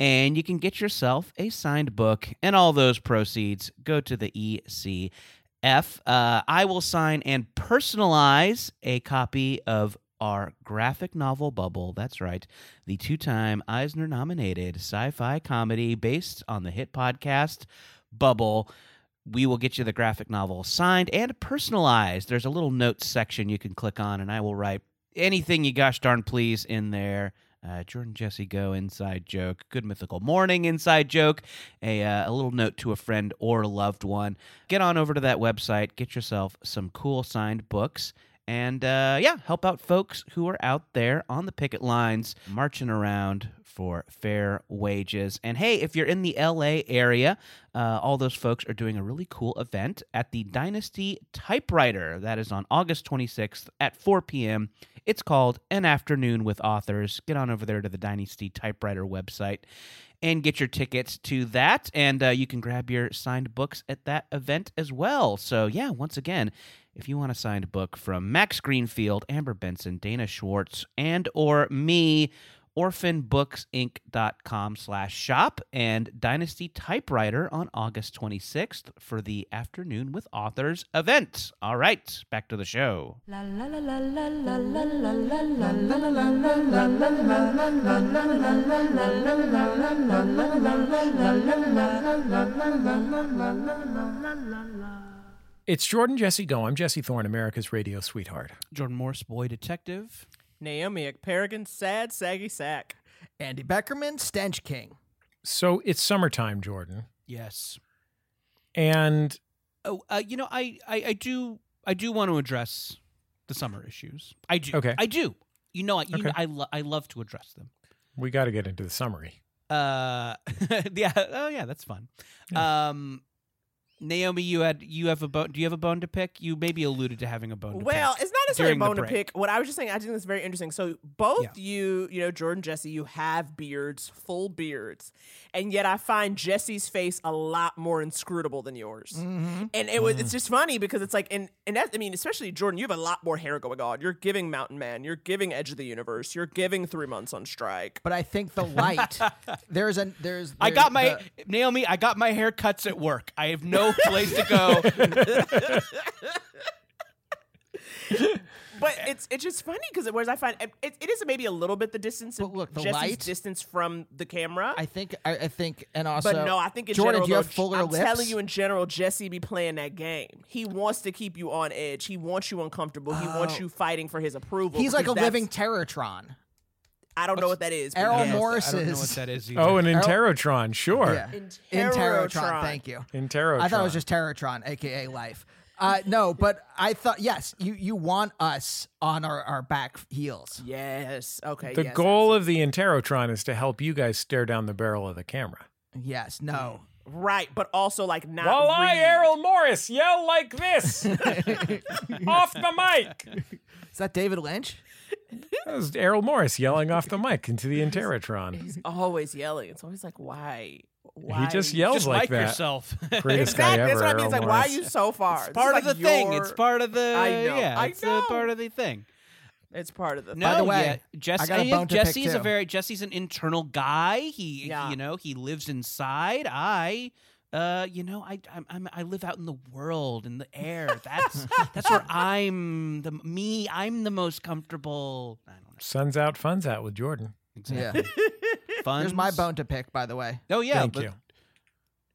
C: and you can get yourself a signed book and all those proceeds go to the ecf uh, i will sign and personalize a copy of our graphic novel bubble that's right the two-time eisner nominated sci-fi comedy based on the hit podcast bubble we will get you the graphic novel signed and personalized there's a little notes section you can click on and i will write anything you gosh darn please in there uh, Jordan Jesse Go inside joke, Good Mythical Morning inside joke, a, uh, a little note to a friend or a loved one. Get on over to that website, get yourself some cool signed books, and uh, yeah, help out folks who are out there on the picket lines marching around for fair wages. And hey, if you're in the LA area, uh, all those folks are doing a really cool event at the Dynasty Typewriter. That is on August 26th at 4 p.m. It's called An Afternoon with Authors. Get on over there to the Dynasty Typewriter website and get your tickets to that. And uh, you can grab your signed books at that event as well. So, yeah, once again, if you want a signed book from Max Greenfield, Amber Benson, Dana Schwartz, and or me, orphanbooksinc.com slash shop and Dynasty Typewriter on August 26th for the Afternoon with Authors event. All right, back to the show.
A: La la la la la la la la la la la la la la la la la la
B: It's Jordan Jesse Go. I'm Jesse Thorne, America's radio sweetheart.
C: Jordan Morse, Boy Detective.
F: Naomi Paragon, sad, saggy sack.
E: Andy Beckerman, Stench King.
B: So it's summertime, Jordan.
C: Yes.
B: And
C: Oh, uh, you know, I, I, I do, I do want to address the summer issues. I do.
B: Okay.
C: I do. You know, I, you
B: Okay.
C: know, I, lo- I love to address them.
B: we got to get into the summary.
C: Uh, (laughs) yeah. Oh, yeah. That's fun. Um, Naomi, you had, you have a bone. Do you have a bone to pick? You maybe alluded to having a bone.
F: Well,
C: to pick.
F: it's not necessarily a
C: during the
F: bone to
C: break.
F: pick. What I was just saying, I think that's very interesting. So both
C: Yeah.
F: you, you know, Jordan, Jesse, you have beards, full beards, and yet I find Jesse's face a lot more inscrutable than yours.
C: Mm-hmm.
F: And it was, it's just funny because it's like, and and that, I mean, especially Jordan, you have a lot more hair going on. You're giving Mountain Man, you're giving Edge of the Universe, you're giving Three Months on Strike.
E: But I think the (laughs) light. there's a there's.
C: I got my
E: the-
C: Naomi. I got my hair cuts at work. I have
F: (laughs)
C: no place to go.
F: But it's it's just funny because whereas I find it, it is maybe a little bit the distance,
E: But look, the
F: Jesse's
E: light-
F: distance from the camera.
E: I think I, I think and also.
F: But no, I think in
E: Jordan,
F: general,
E: do you have
F: though,
E: fuller
F: I'm
E: lips?
F: telling you in general, Jesse be playing that game. He wants to keep you on edge. He wants you uncomfortable. He wants you fighting for his approval.
E: Oh. He's like a
F: because that's-
E: living Terratron.
F: I don't know what that is. but
E: Errol
F: yes.
E: Morris
C: I don't know
E: is.
C: what that is. Either.
B: Oh, an Interrotron, sure.
E: Yeah.
F: In
E: In
F: Terrotron.
E: Thank you.
B: Interrotron.
E: I thought it was just Terratron, aka Life. Uh, no, but I thought yes, you you want us on our, our back heels.
F: Yes. Okay.
B: The
F: yes,
B: goal of the Interotron is to help you guys stare down the barrel of the camera.
E: Yes, no.
F: absolutely. Right, but also like not.
B: While I,
F: read.
B: Errol Morris, yell like
F: (laughs)
B: this off the mic.
E: Is that David Lynch?
B: That was Errol Morris yelling off the mic into the Interotron.
F: He's always yelling. It's always like, why? Why?
B: He just yells
C: Just like,
B: like, that.
C: yourself. (laughs)
B: Greatest guy
F: Exactly. That's
B: ever,
F: what I mean. It's like,
B: Errol
F: why are
B: Morris.
F: you so far? This
C: It's
F: is
C: part of the
F: like
C: thing.
F: your-
C: It's part of the.
F: I know.
C: Yeah,
F: I
C: it's
F: know.
C: A part of the thing.
F: It's part of the.
C: No,
E: By the way,
C: yeah, Jesse,
E: I got a
C: yeah,
E: bone to pick,
C: Jesse's a
E: too.
C: very Jesse's an internal guy. He,
F: Yeah.
C: you know, he lives inside. I, uh, you know, I I'm, I'm, I live out in the world in the air.
E: (laughs)
C: That's that's where I'm the me. I'm the most comfortable. I don't know.
B: Sun's out, fun's out with Jordan.
E: Yeah.
C: Exactly. Fun.
E: (laughs) Here's my bone to pick, by the way.
C: Oh yeah.
B: Thank
C: but-
B: you.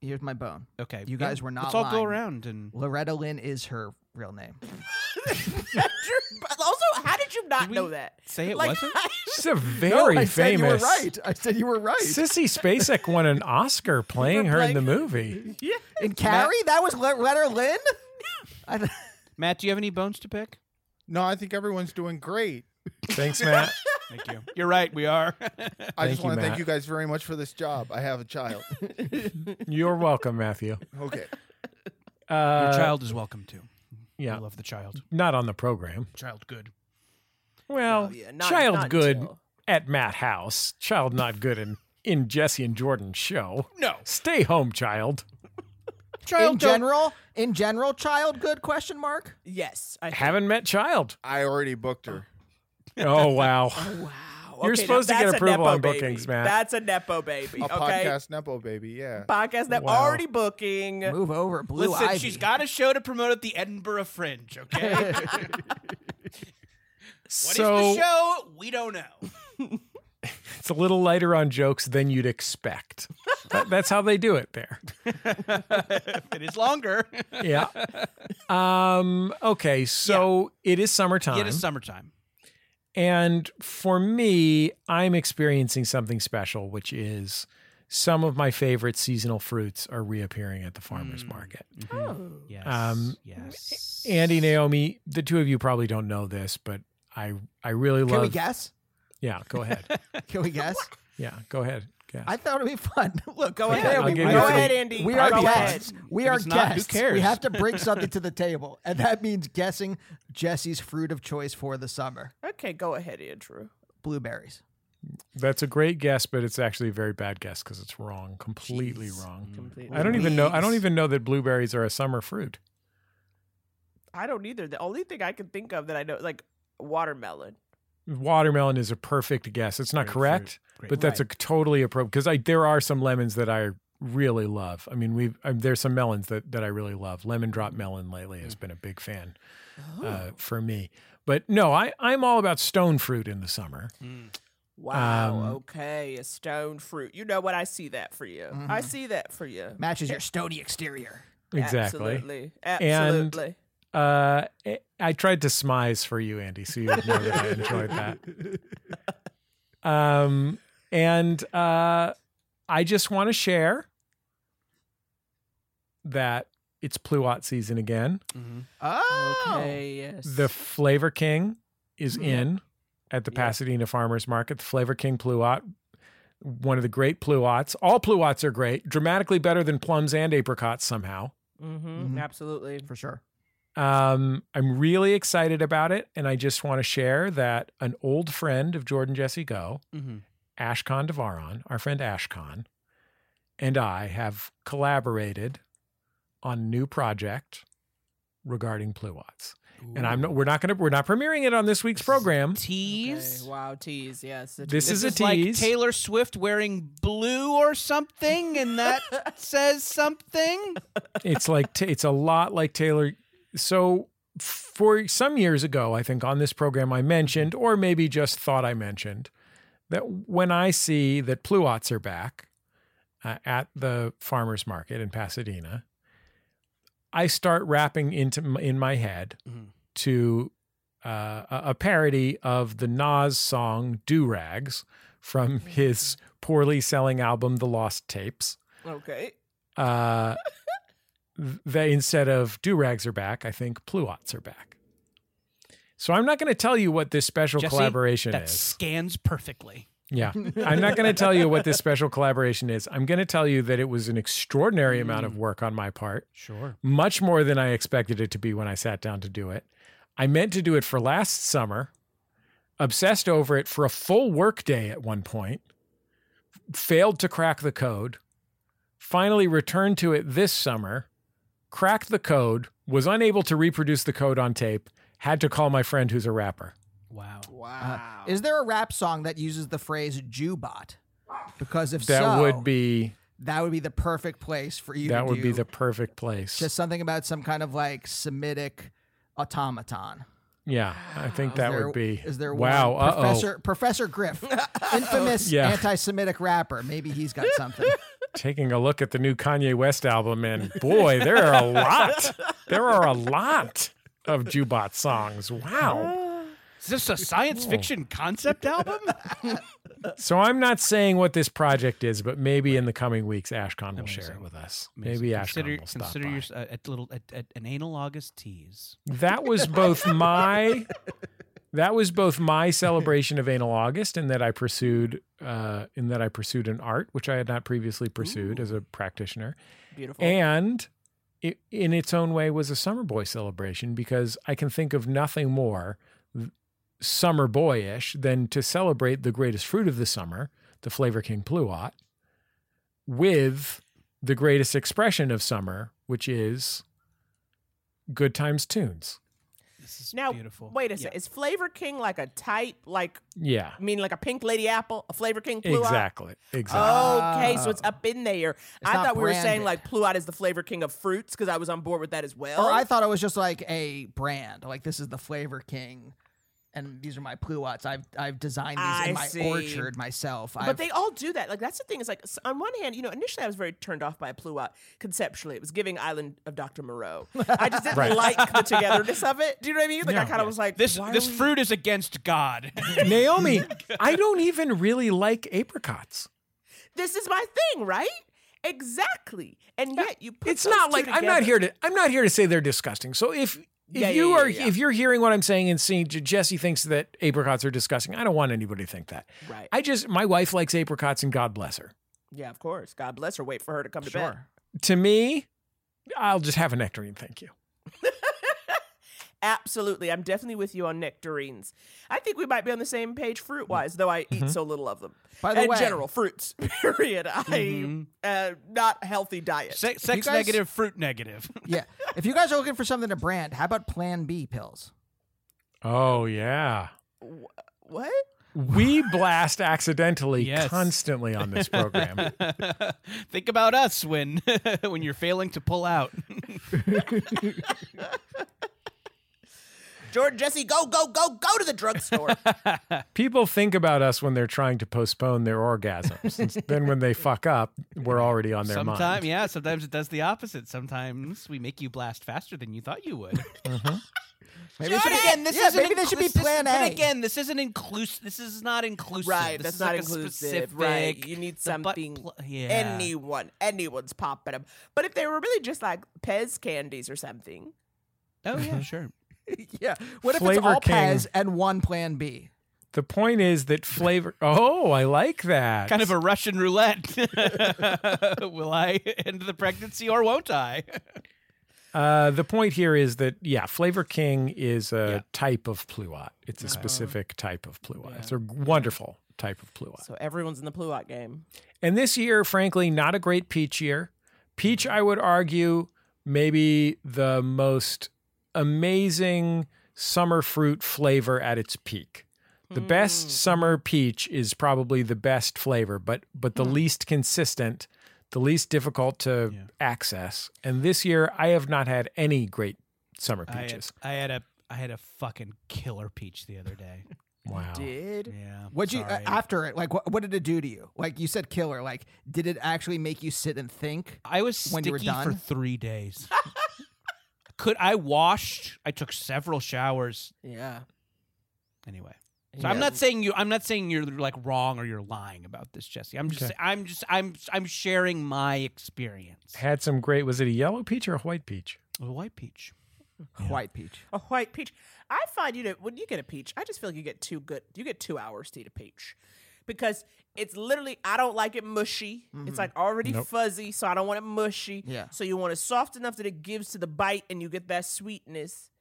E: Here's my bone.
C: Okay.
E: You
C: yeah,
E: guys were not
C: Let's all go
E: lying.
C: around and.
E: Loretta Lynn is her real name.
F: (laughs) But also, how did you not
C: Did we
F: know that?
C: say it
F: Like,
C: wasn't?
B: She's a
E: Oh,
B: very famous.
E: I said you were right.
B: Sissy Spacek won an Oscar playing her in the movie.
E: And Carrie, that was Loretta Lynn. I th-
C: Matt, do you have any bones to pick?
D: No, I think everyone's doing great.
B: Thanks, Matt.
C: Thank you. You're right. We (laughs) are.
D: I
B: Thank
D: just
B: you,
D: want to
B: Matt.
D: thank you guys very much for this job. I have
C: (laughs)
D: a child.
B: You're welcome, Matthew.
D: Okay.
B: Uh,
C: Your child is welcome too. I
B: Yeah,
C: love the child.
B: not on the program.
C: Child good.
B: Well,
F: yeah, not-
B: child
F: not
B: good
F: until-
B: at Matt House. Child not good in, in Jesse and Jordan's show.
C: No.
B: Stay home, child.
E: in general, in general, child good question mark.
F: (laughs) Yes, I think.
B: Haven't met child.
D: I already booked her.
B: Oh, wow.
F: Wow.
B: You're
F: Okay, now
B: supposed to get
F: that's a
B: approval
F: Nepo
B: on
F: baby.
B: bookings, Matt.
F: That's a nepo baby.
D: A
F: okay,
D: podcast Nepo baby, yeah.
F: podcast that
B: Wow.
F: already booking.
E: Move over, blue
C: Listen,
E: ivy.
C: she's got a show to promote at the Edinburgh
B: (laughs)
C: Fringe, okay? What is
B: so
C: the show? We don't know.
B: it's a little lighter on jokes than you'd expect. That- that's how they do it there.
C: it is (laughs) longer.
B: Yeah. Um, okay. So it is summertime.
C: It is summertime.
B: And for me, I'm experiencing something special, which is some of my favorite seasonal fruits are reappearing at the
C: Mm.
B: farmer's market.
C: Mm-hmm. Yes.
B: Um,
C: yes.
B: Andy, Naomi, the two of you probably don't know this, but I I really
E: Can
B: love.
E: we guess?
B: Yeah, go
E: (laughs)
B: ahead.
E: Can we guess?
B: yeah, go ahead. Guess.
E: I thought it'd be fun. (laughs) Look,
F: Go
E: okay,
F: ahead.
B: I'll
E: we-
B: give
F: Go
B: you three.
F: ahead, Andy.
E: We
F: Go
E: are
F: ahead.
E: guests. We
C: If
E: are
C: it's not, who
E: guests. We
C: cares?
E: have to bring something to the table, and that means guessing Jesse's fruit of choice for the summer:
F: Okay, go ahead, Andrew.
E: blueberries.
B: That's a great guess, but it's actually a very bad guess because it's wrong, completely wrong.
C: Mm.
F: Completely.
B: I don't even know. I don't even know that blueberries are a summer fruit.
F: I don't either. The only thing I can think of that I know, like watermelon.
B: Watermelon is a perfect guess. It's not
C: Grapefruit.
B: correct, but that's a totally appropriate because I there are some lemons that I really love. I mean, we've um, there's some melons that that I really love. Lemon drop melon lately has been a big fan uh, for me. But no, I I'm all about stone fruit in the summer.
F: Wow.
B: Um,
F: okay, a stone fruit. You know what? I see that for you. I see that for you.
E: Matches your stony exterior.
B: Exactly.
F: Absolutely. Absolutely.
B: Uh, I- I tried to smize for you, Andy, so you would know that I enjoyed that. Um, and uh, I just want to share that it's Pluot season again.
C: Mm-hmm.
E: Oh,
F: Okay. Yes.
B: The Flavor King is in at the Pasadena Farmers Market. The Flavor King Pluot, one of the great Pluots. All Pluots are great, dramatically better than plums and apricots somehow.
F: mm-hmm,
E: Mhm.
F: Absolutely.
E: for sure.
B: Um, I'm really excited about it, and I just want to share that an old friend of Jordan Jesse Go,
C: Mm-hmm.
B: Ashkan Devaron, our friend Ashkan, and I have collaborated on a new project regarding Pluots. And I'm not, we're not gonna we're not premiering it on this week's program.
C: Tease.
F: Okay, Wow. Tease. Yes. It-
B: This, is, a
C: like
B: tease.
C: Taylor Swift wearing blue or something, and (laughs) that says something.
B: it's like t- it's a lot like Taylor. So for some years ago, I think on this program I mentioned, or maybe just thought I mentioned, that when I see that pluots are back uh, at the farmers market in Pasadena, I start rapping into m- in my head
C: Mhm.
B: to uh, a a parody of the Nas song "Do Rags" from his poorly selling album "The Lost Tapes."
F: okay.
B: Uh, they instead of do rags are back, I think pluots are back. So I'm not going to tell you what this special
C: Jesse,
B: collaboration
C: that
B: is.
C: scans perfectly.
E: (laughs)
B: Yeah. I'm not going to tell you what this special collaboration is. I'm going to tell you that it was an extraordinary amount
E: Mm.
B: of work on my part,
C: Sure.
B: much more than I expected it to be when I sat down to do it. I meant to do it for last summer, obsessed over it for a full work day at one point, failed to crack the code, finally returned to it this summer, cracked the code, was unable to reproduce the code on tape, had to call my friend who's a rapper.
C: Wow.
E: Wow. Is there a rap song that uses the phrase Jewbot? Because if
B: That
E: so,
B: would be
E: that would be the perfect place for you.
B: that
E: to
B: would be
E: do
B: the perfect place.
E: just something about some kind of like Semitic automaton.
B: Yeah, I think
E: Is
B: that
E: there-
B: would be.
E: Is there
B: wow?
E: One?
B: uh-oh.
E: Professor
B: (laughs)
E: Professor Griff, infamous
B: Yeah.
E: anti-Semitic rapper. Maybe he's got
B: (laughs)
E: something.
B: Taking a look at the new Kanye West album, and boy, there are a lot. There are a lot of Jubot songs. Wow.
C: Is this a science fiction concept (laughs) album?
B: So I'm not saying what this project is, but maybe in the coming weeks, Ashcon will share it with us. Maybe
C: consider
B: Ashcon will stop
C: consider
B: by.
C: your, a, a little a, a, an analogous tease.
B: That was both my. That was both my celebration of anal August and that I pursued, uh, in that I pursued an art which I had not previously pursued as a practitioner,
F: Beautiful.
B: and it, in its own way was a summer boy celebration because i can think of nothing more th- summer boyish than to celebrate the greatest fruit of the summer the flavor king pluot with the greatest expression of summer which is good times tunes
C: This is
F: now,
C: beautiful.
F: wait a
C: Yeah.
F: second. Is Flavor King like a type? Like,
B: yeah
F: I mean, like a pink lady apple? A Flavor King blue eye?
B: exactly
F: Uh,
B: exactly
F: Okay, so it's up in there. I
E: Ah. not
F: thought we were
E: branded.
F: saying like Pluot is the flavor king of fruits because I was on board with that as well.
E: or I thought it was just like a brand. Like this is the Flavor King, and these are my pluots. I've I've designed these
F: I
E: in my
F: see.
E: orchard myself.
F: but
E: I've,
F: they all do that. Like that's the thing. Is like s- on one hand, you know, initially I was very turned off by Pluot conceptually. It was giving Island of Dr. Moreau. I just
B: (laughs)
F: didn't
B: Right.
F: like the togetherness of it. Do you know what I mean? Like I
B: Yeah.
F: kind of was like
C: This
F: why are
C: this
F: we-
C: fruit is against (laughs) God.
B: naomi i don't even really like apricots
F: This is my thing, right? Exactly. And yet you. Put
B: it's
F: those
B: not
F: two
B: like I'm not
F: together.
B: here to I'm not here to say they're disgusting. So if if
F: Yeah, yeah,
B: you
F: yeah,
B: are
F: yeah.
B: if you're hearing what I'm saying and seeing J- Jesse thinks that apricots are disgusting, I don't want anybody to think that.
F: Right.
B: I just my wife likes apricots and God bless her.
F: Yeah, of course. God bless her. Wait for her to come to bed.
E: sure.
B: To me, I'll just have a nectarine, thank you.
F: Absolutely. I'm definitely with you on nectarines. I think we might be on the same page fruit wise, though I eat
C: Mm-hmm.
F: so little of them.
E: By the
F: In
E: way-
F: general, fruits, (laughs) period. I
C: Mm-hmm.
F: uh, not a healthy diet.
C: Se- sex
E: guys-
C: negative, fruit negative. (laughs)
E: Yeah. If you guys are looking for something to brand, how about Plan B pills?
B: Oh yeah.
F: what?
B: We blast
F: (laughs)
B: accidentally
C: Yes.
B: constantly on this program.
C: Think about us when (laughs) when you're failing to pull out.
F: Jordan, Jesse, go, go, go, go to
C: (laughs)
F: the drugstore.
B: People think about us when they're trying to postpone their orgasms. And
F: (laughs)
B: then when they fuck up, we're already on their mind.
C: Sometimes, yeah, sometimes it does the opposite. Sometimes we make you blast faster than you thought you (laughs) would.
E: Maybe it should be- yeah,
C: isn't
E: maybe this should be
C: inclusive-
E: Plan
C: But
E: A.
C: again, this isn't inclusive. This is not inclusive.
F: right.
C: This
F: That's
C: is
F: not
C: like a
F: inclusive.
C: specific-
F: Right. You need
C: the butt
F: something.
C: pl- yeah.
F: Anyone. Anyone's popping them. But if they were really just like Pez candies or something.
C: Oh
F: (laughs)
C: yeah, sure.
E: (laughs) yeah. What if it's
B: Flavor
E: all
B: King.
E: Pez and one Plan B?
B: The point is that flavor Oh, I like that.
C: Kind of a Russian roulette. (laughs) Will I end the pregnancy or won't I? (laughs)
B: Uh, the point here is that yeah, Flavor King is a type of pluot. It's a specific type of pluot. It's a wonderful type of pluot.
F: So everyone's in the Pluot game.
B: And this year, frankly, not a great peach year. Peach, I would argue, maybe the most amazing summer fruit flavor at its peak. The best summer peach is probably the best flavor, but but the least consistent, the least difficult to access. And this year, I have not had any great summer
C: I had,
B: peaches.
C: I had a I had a fucking killer peach the other
E: (laughs)
C: day.
B: wow.
F: Did.
C: Yeah.
E: What you uh,
C: sorry.
E: after it? Like, what, what did it do to you? Like you said, killer. Like, did it actually make you sit and think?
C: I was
E: when you were
C: sticky for
E: done?
C: three
E: (laughs)
C: days. Could I washed? I took several showers
F: Yeah.
C: anyway. So I'm not saying you. I'm not saying you're like wrong or you're lying about this, Jesse. I'm just.
B: Okay.
C: I'm just. I'm. I'm sharing my experience.
B: Had some great. Was it a yellow peach or a white peach?
C: A white peach.
E: White peach.
F: A white peach. I find you know when you get a peach, I just feel like you get two good. You get two hours to eat a peach, because it's literally I don't like it mushy. It's like already
B: Nope.
F: fuzzy, so I don't want it mushy.
E: Mm-hmm. Yeah.
F: So you want it soft enough that it gives to the bite, and you get that sweetness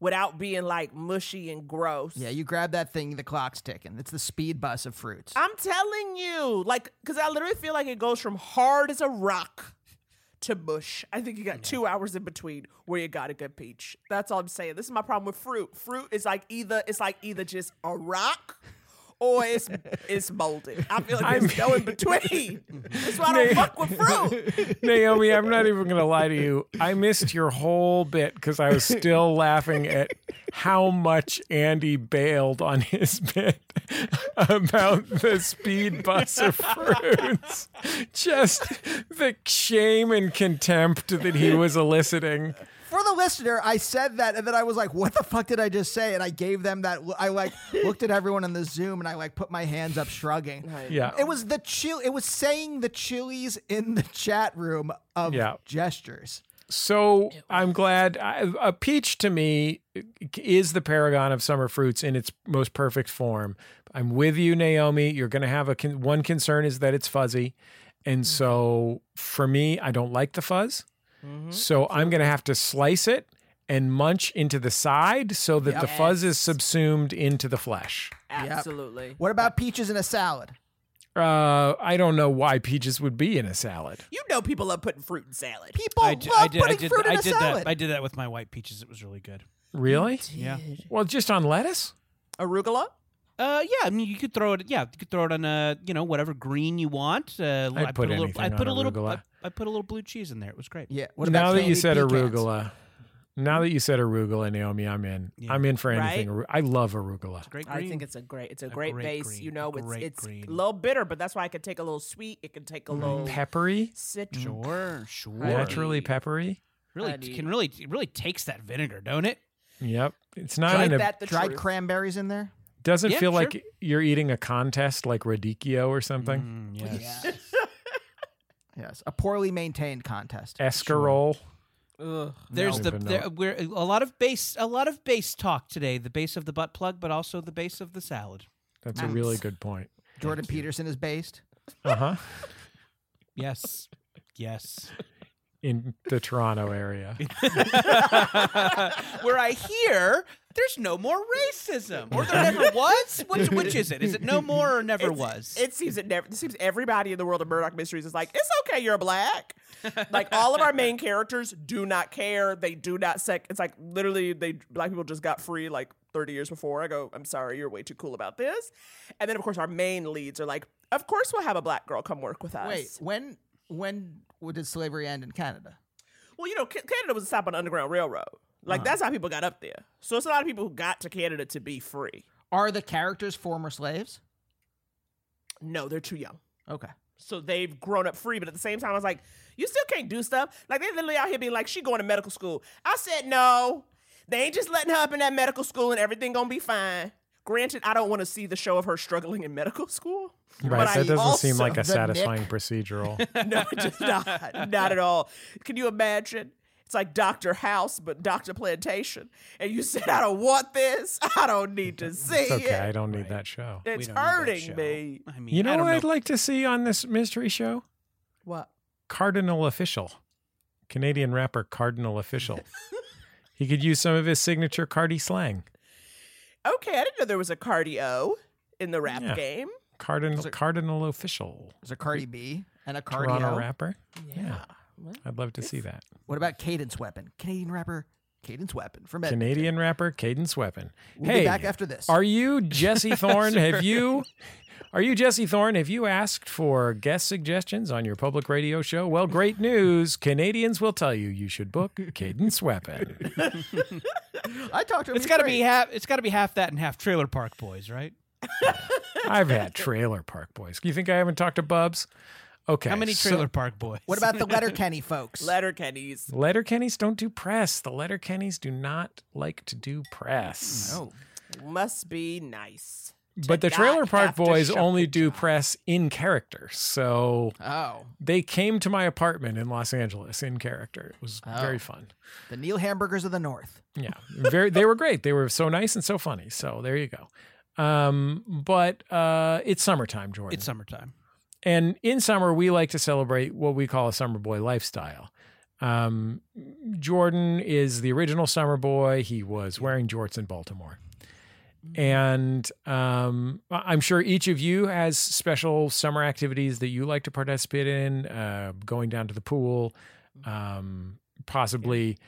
F: without being like mushy and gross.
E: Yeah, you grab that thing, the clock's ticking. It's the speed bus of fruits.
F: I'm telling you, like, because I literally feel like it goes from hard as a rock to mush. I think you got two hours in between where you got a good peach. That's all I'm saying. This is my problem with fruit. Fruit is like either it's like either just a rock. Or
C: (laughs)
F: it's it's molded. I feel like there's no in between.
C: (laughs)
F: That's why I don't fuck with fruit.
B: Naomi, I'm not even going to lie to you. I missed your whole bit because I was still laughing at how much Andy bailed on his bit about the speed bus of fruits. Just the shame and contempt that he was eliciting.
E: For the listener, I said that, and then I was like, "What the fuck did I just say?" And I gave them that. I
F: (laughs)
E: like looked at everyone in the Zoom, and I like put my hands up, shrugging.
B: Yeah.
E: It was the chill. It was saying the chilies in the chat room of
B: Yeah.
E: gestures.
B: So I'm glad I, a peach to me is the paragon of summer fruits in its most perfect form. I'm with you, Naomi. You're going to have a con- one concern is that it's fuzzy, and so for me, I don't like the fuzz. So I'm going to have to slice it and munch into the side so that the fuzz is subsumed into the flesh.
F: Absolutely.
E: What about peaches in a salad?
B: Uh, I don't know why peaches would be in a salad.
F: You know people love putting fruit in salad.
E: People
C: d-
E: love
C: did.
E: putting
C: I did.
E: fruit in
C: I
E: a
C: did
E: salad.
C: that. I did that with my white peaches. It was really good.
B: Really?
C: Yeah.
B: Well, just on lettuce.
F: Arugula?
C: Uh, yeah. I mean, you could throw it. Yeah, you could throw it on a you know whatever green you want. Uh,
B: I'd put
C: a little.
B: anything
C: I
B: on
C: put a little. I,
B: arugula.
C: I put a little blue cheese in there. It was great.
E: yeah. What about
B: now that you
E: candied
B: said
E: pecans?
B: arugula, now that you said arugula, Naomi, I'm in.
C: Yeah.
B: I'm in for anything. aru-
F: Right?
B: I love arugula.
C: Great green.
F: I think it's a great it's a, great,
C: great
F: base.
C: green,
F: You
C: a
F: know, it's
C: great
F: it's
C: green.
F: a little bitter, but that's why it can take a little sweet. It can take a little
B: Peppery,
F: citrus.
C: sure. Sure.
B: naturally peppery.
C: Really
F: Honey.
C: can really it really takes that vinegar, don't it?
B: Yep. It's not
F: Ain't
B: in a.
F: that the
E: Dried
F: truth?
E: cranberries in there.
B: Doesn't
C: Yeah,
B: feel
C: sure.
B: like you're eating a contest like radicchio or something.
C: Mm, yes.
E: Yes, a poorly maintained contest.
B: Escarole.
C: There's
B: No.
C: the
B: Even
C: there,
B: not.
C: we're a lot of base a lot of base talk today. The base of the butt plug, but also the base of the salad.
B: That's a really good point.
E: Jordan Peterson is based.
B: Uh huh. (laughs)
C: Yes. Yes.
B: In the Toronto area.
C: Where I hear there's no more racism. Or there
B: (laughs)
C: never was? Which which is it? Is it no more or never was?
F: It seems it never. It seems everybody in the world of Murdoch Mysteries is like, it's okay, you're black. like all of our main characters do not care. They do not sec. It's like literally, they black people just got free like 30 years before. I go, I'm sorry, you're way too cool about this. And then of course our main leads are like, of course we'll have a black girl come work with us.
E: Wait, when when w- did slavery end in Canada?
F: Well, you know, Ca- Canada was a stop on the Underground Railroad. Like
B: Uh-huh.
F: that's how people got up there. So it's a lot of people who got to Canada to be free.
E: Are the characters former slaves?
F: No, they're too young.
E: Okay.
F: So they've grown up free, but at the same time, I was like, you still can't do stuff. Like they literally out here being like, she going to medical school. I said no. They ain't just letting her up in that medical school and everything gonna be fine. Granted, I don't want to see the show of her struggling in medical school.
B: Right.
F: I
B: That doesn't seem
F: also-
B: like a
E: the
B: satisfying procedural.
F: No, (laughs) it does not. Not at all. Can you imagine? It's like Dr. House, but Dr. Plantation. And you said, I don't want this. (laughs) I don't need to see
B: It's okay. I
F: it.
B: don't need that show.
F: It's
C: We don't need that
F: hurting
C: show.
F: me.
C: I mean,
B: You know
C: I
B: what
C: don't
B: I'd like to see on this mystery show?
F: What?
B: Cardinal Official, Canadian rapper Cardinal
E: (laughs)
B: Official. he could use some of his signature Cardi slang.
F: Okay, I didn't know there was a cardio in the rap
B: Yeah.
F: game.
B: Cardinal Cardinal Official,
E: There's a Cardi B and a
C: E
B: Toronto
E: Cardio.
B: rapper. Yeah, I'd love to see that.
E: What about Cadence Weapon? Canadian rapper Cadence Weapon from Ed.
B: Canadian rapper Cadence Weapon.
E: We'll
B: hey,
E: be back after this.
B: are you
E: (laughs)
B: Jesse Thorne? Have you? Are you Jesse Thorne? Have you asked for guest suggestions on your public radio show? Well, great news. Canadians will tell you you should book Cadence Weapon.
E: I talked to him.
C: It's
E: he's
C: got to
E: great.
C: be half. It's got to be half that and half Trailer Park Boys, right?
B: I've had Trailer Park Boys. You think I haven't talked to Bubs? Okay.
C: How many
B: so-
C: Trailer Park Boys?
E: What about the Letterkenny folks?
F: Letter Kenny's.
B: Letter Kennys don't do press. The letter Kennys do not like to do press.
E: oh,
F: Must be nice.
B: but the
F: not
B: Trailer Park
F: have to
B: Boys
F: shut
B: only
F: the
B: do
F: job.
B: press in character. So
E: Oh,
B: they came to my apartment in Los Angeles in character. It was very
E: Oh.
B: fun.
E: the Neil Hamburgers of the North.
B: Yeah, very. They were great. They were so nice and so funny. So there you go. Um, but uh, it's summertime, Jordan.
C: It's summertime.
B: and in summer we like to celebrate what we call a summer boy lifestyle um, jordan is the original summer boy he was wearing jorts in baltimore
C: Mm-hmm.
B: and um, I- i'm sure each of you has special summer activities that you like to participate in uh, going down to the pool
C: Mm-hmm.
B: um, possibly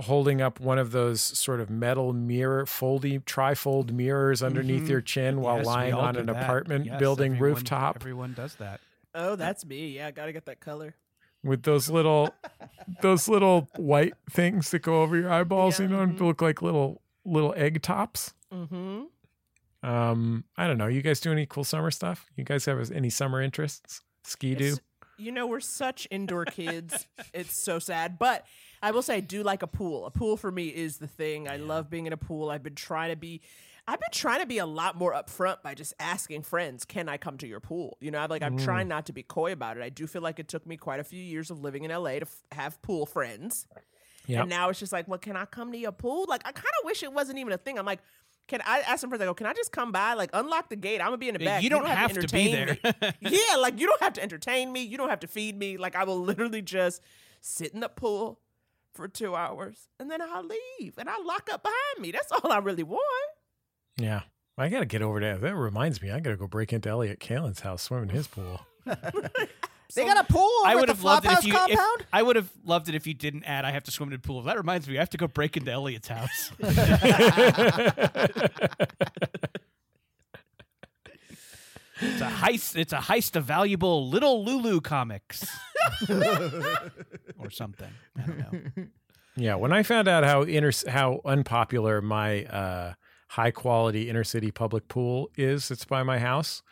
B: holding up one of those sort of metal mirror foldy trifold mirrors underneath
C: Mhm.
B: your chin while
C: Yes, we
B: lying
C: all
B: on
C: do
B: an
C: that.
B: apartment
C: Yes,
B: building
C: everyone-
B: rooftop
C: Everyone does that.
F: Oh, that's me. Yeah, gotta get that color.
B: with those
F: (laughs)
B: little those little white things that go over your eyeballs, you know, and look like little little egg tops.
F: Mm-hmm.
B: Um, I don't know. You guys do any cool summer stuff? You guys have any summer interests? Ski do?
F: It's- You know, we're such indoor kids. it's so sad. But I will say, I do like a pool. A pool for me is the thing. I love being in a pool. I've been trying to be. I've been trying to be a lot more upfront by just asking friends, "Can I come to your pool?" You know, I'm like I'm trying not to be coy about it. I do feel like it took me quite a few years of living in LA to f- have pool friends.
B: Yeah.
F: And now it's just like, well, can I come to your pool? Like, I kind of wish it wasn't even a thing. I'm like, can I ask some friends? I go, can I just come by? Like, unlock the gate. I'm gonna be in the back.
C: you don't have to be
F: entertain me."
C: there.
F: yeah, like you don't have to entertain me. You don't have to feed me. Like I will literally just sit in the pool for two hours and then I'll leave and I'll lock up behind me. That's all I really want.
B: Yeah. I gotta get over to that. reminds me, I gotta go break into Elliot Kalin's house, swim in his pool.
E: They got a pool.
C: I
E: over at
C: would
E: the
C: have loved it if
E: Flophouse
C: you. if-
E: compound.
C: I would have loved it if you didn't add. I have to swim in a pool. That reminds me, I have to go break into Elliot's
E: (laughs)
C: house. it's a heist. It's a heist of valuable little Lulu
E: (laughs)
C: comics, or something. I don't know.
B: Yeah, when I found out how inter how unpopular my uh, high quality inner city public pool is, it's by my house.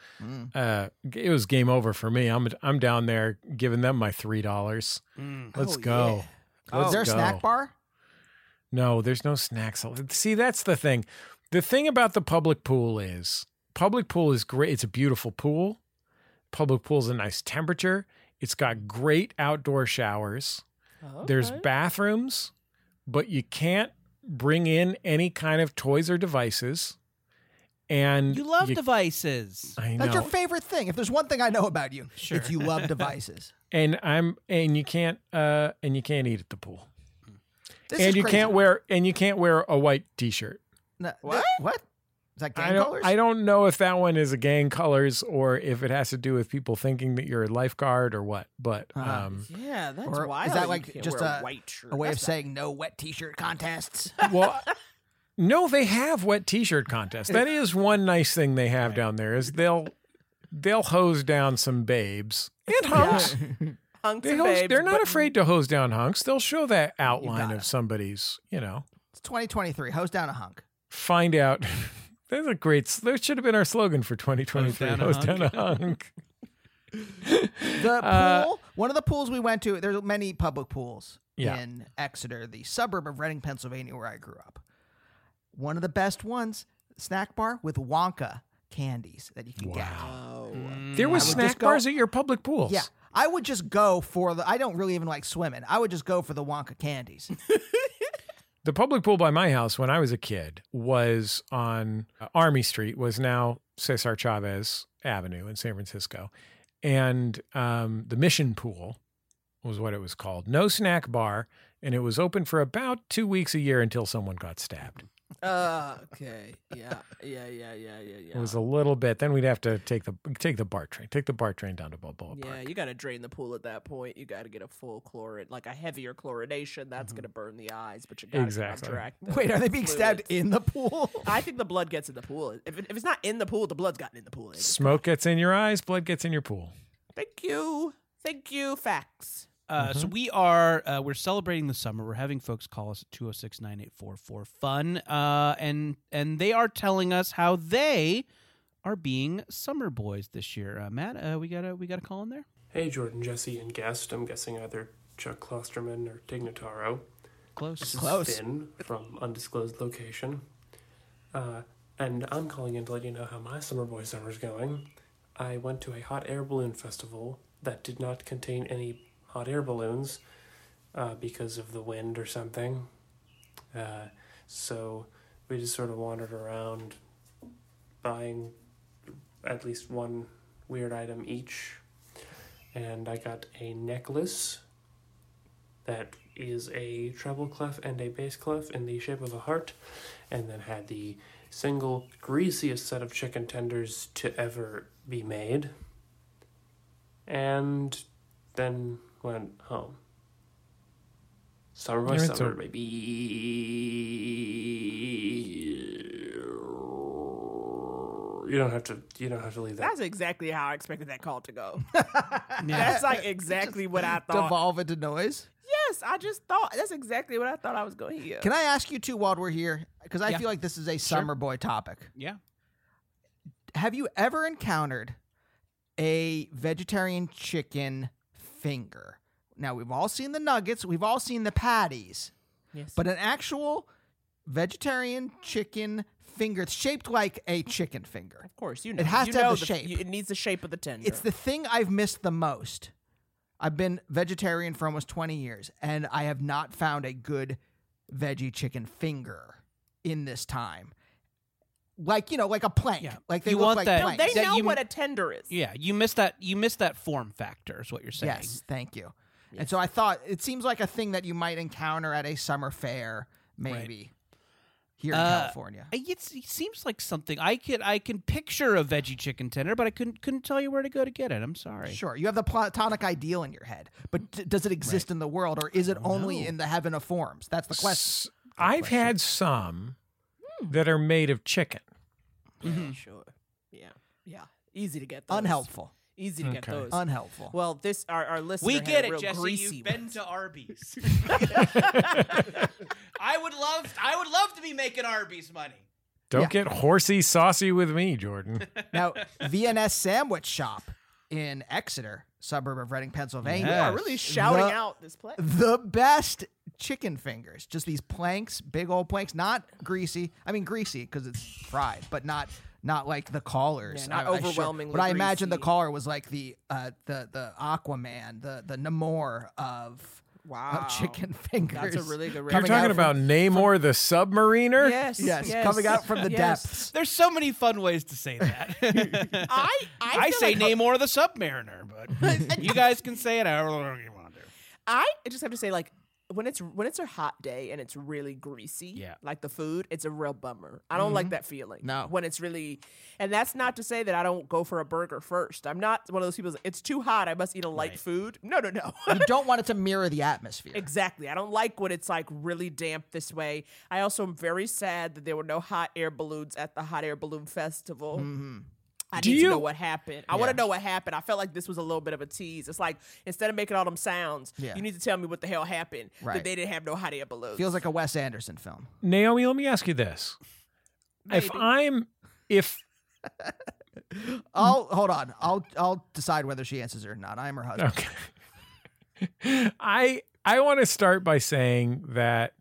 B: Uh, g- it was game over for me. I'm I'm down there giving them my three dollars. Let's
E: Oh,
B: go.
E: Is there a
B: go.
E: snack bar?
B: No, there's no snacks. al- See, that's the thing. The thing about the public pool is public pool is great. It's a beautiful pool. Public pool's a nice temperature. It's got great outdoor showers. There's bathrooms, but you can't bring in any kind of toys or devices. And
C: You love
B: you,
C: devices.
B: I know.
E: That's your favorite thing. If there's one thing I know about you,
C: Sure.
E: it's you love devices.
B: and I'm and you can't uh and you can't eat at the pool.
E: This
B: and
E: is
B: you
E: crazy.
B: can't wear and you can't wear a white t-shirt.
E: No, th-
F: What?
E: What? Is that gang
B: I don't,
E: colors?
B: I don't know if that one is a gang colors or if it has to do with people thinking that you're a lifeguard or what, but
E: Uh-huh.
B: um,
F: Yeah, that's
E: Or is
F: wild.
E: that
F: You
E: like
F: can't
E: just
F: wear
E: a-
F: white shirt.
E: a way of
F: That's not-
E: saying no wet t-shirt contests. (laughs)
B: well, (laughs) no, they have wet t-shirt contests. That is one nice thing they have down there is they'll they'll hose down some babes and
E: (laughs)
B: hunks.
F: hunks
B: They
F: and
B: hose,
F: babes,
B: they're not
F: but-
B: afraid to hose down hunks. They'll show that outline
E: gotta.
B: of somebody's, you know,
E: it's 2023. Hose down a hunk.
B: find out. (laughs) That's a great. s- That should have been our slogan for 2023.
C: down a
B: Hose
C: hunk.
B: down a
E: (laughs)
B: hunk.
E: The
B: Uh,
E: pool, one of the pools we went to, there's many public pools
B: Yeah.
E: in Exeter, the suburb of Reading, Pennsylvania, where I grew up. One of the best ones, snack bar with Wonka candies that you can get.
B: There was snack
E: just go-
B: bars at your public pools.
E: Yeah. I would just go for the I don't really even like swimming. I would just go for the Wonka candies.
B: the public pool by my house when I was a kid was on uh, Army Street, was now Cesar Chavez Avenue in San Francisco. And um, the Mission Pool was what it was called. No snack bar. And it was open for about two weeks a year until someone got stabbed.
F: (laughs) Uh, okay. Yeah. Yeah. Yeah. Yeah. Yeah. Yeah.
B: It was a little bit. Then we'd have to take the take the BART train, take the BART train down to Balboa
F: yeah,
B: Park.
F: you gotta drain the pool at that point. You gotta get a full chlorid, like a heavier chlorination. That's gonna burn the eyes, but you gotta
B: Exactly.
E: (laughs)
F: counteract. the-
E: Mm-hmm. Wait, are they being stabbed
F: fluids.
E: in the pool? (laughs)
F: I think the blood gets in the pool. If, it- if it's not in the pool, the blood's gotten in the pool.
B: Smoke gets in your eyes, blood gets in your pool.
F: Thank you. Thank you. Facts.
C: Uh, So we are uh, we're celebrating the summer. We're having folks call us at 206-9844-FUN. Uh, and and they are telling us how they are being summer boys this year. Uh, Matt, uh, we got a we got a call in there?
G: Hey, Jordan, Jesse, and guest. I'm guessing either Chuck Klosterman or Dignataro.
C: Close.
G: This is Finn from undisclosed location. Uh, and I'm calling in to let you know how my summer boy summer's going. I went to a hot air balloon festival that did not contain any hot air balloons uh, because of the wind or something. Uh, so we just sort of wandered around buying at least one weird item each. And I got a necklace that is a treble clef and a bass clef in the shape of a heart, and then had the single greasiest set of chicken tenders to ever be made. And then went home. Summer by
B: You're into-
G: summer, baby. You don't have to. You don't have to leave that.
F: That's exactly how I expected that call
E: (laughs)
F: to go. (laughs) That's like exactly what I thought.
E: Devolve into noise.
F: Yes, I just thought that's exactly what I thought I was going to hear.
E: Can I ask you too while we're here? Because I
C: Yeah.
E: feel like this is a summer boy topic.
C: Yeah.
E: Have you ever encountered a vegetarian chicken finger? Now we've all seen the nuggets, we've all seen the patties,
F: yes.
E: but an actual vegetarian chicken finger it's shaped like a chicken finger.
F: of course, you know
E: It has
F: you
E: to have
F: know
E: the shape.
F: you- it needs the shape of the tender.
E: It's the thing I've missed the most. I've been vegetarian for almost 20 years, and I have not found a good veggie chicken finger in this time. Like, you know, like a plank.
C: Yeah.
E: Like they
C: You
E: look
C: want
E: like
C: that-
F: no,
E: planks.
F: they
C: that
F: know
C: you-
F: what a tender is.
C: Yeah, you missed that. You missed that form factor is what you're saying.
E: yes, thank you. And so I thought it seems like a thing that you might encounter at a summer fair, maybe here in
C: Uh,
E: California.
C: I- it's- it seems like something I could I can picture a veggie chicken tender, but I couldn't couldn't tell you where to go to get it. I'm sorry.
E: Sure, you have the platonic ideal in your head, but d- does it exist in the world, or is it only in the heaven of forms? That's the
B: S-
E: question.
B: I've had some
F: Hmm.
B: that are made of chicken.
F: Yeah, sure. Yeah, yeah. Easy to get
E: uh,
F: those.
E: Mm-hmm. Unhelpful.
F: Easy to get
B: Okay.
F: those.
E: Unhelpful.
F: well, this our our listener.
C: We
F: had
C: get
F: a
C: it,
F: real
C: Jesse.
F: Greasy
C: You've been
F: one.
C: to (laughs) Arby's. I would love I would love to be making Arby's money.
B: Don't
E: Yeah.
B: get horsey saucy with me,
E: (laughs)
B: Jordan.
E: Now, VNS Sandwich Shop in Exeter, suburb of Reading, Pennsylvania.
C: Yeah,
F: Are really shouting
E: The-
F: out this (laughs) play.
E: The best chicken fingers, just these planks, big old planks, not greasy. I mean, greasy because it's fried, but not not like the collars.
F: Yeah, not
E: I- I sure-
F: overwhelmingly
E: but I imagine the
F: greasy.
E: collar was like the uh, the the Aquaman, the the Namor of.
F: Wow.
E: Of chicken (laughs) fingers.
F: That's a really (laughs) good
B: You're
E: coming out
B: talking
E: from-
B: about Namor the Submariner?
F: Yes,
E: yes, coming out from the
F: (laughs) yes.
E: depths.
C: There's so many fun ways to say that.
F: I I,
C: I
F: feel
C: say
F: like
C: Namor the Submariner, but you guys can say it however long you want to.
F: I just have to say, like, when it's when it's a hot day and it's really greasy,
C: Yeah.
F: like the food, it's a real bummer. I don't like that feeling. Mm-hmm. No, when it's really, and that's not to say that I don't go for a burger first. I'm not one of those people. That's, it's too hot. I must eat a light food. No, no, no.
E: You don't want it to mirror the atmosphere.
F: Exactly. I don't like when it's like really damp this way. I also am very sad that there were no hot air balloons at the hot air balloon festival.
E: Mm-hmm.
F: I
B: Do
F: need to
B: you-
F: know what happened. I want to know what happened. I felt like this was a little bit of a tease. It's like instead of making all them sounds,
E: Yeah.
F: you need to tell me what the hell happened.
E: Right.
F: That they didn't have no hot air balloons.
E: Feels like a Wes Anderson film.
B: Naomi, let me ask you this. If I'm if
E: I'll hold on. I'll I'll decide whether she answers it or not. I'm her husband.
B: Okay. (laughs) I I want to start by saying that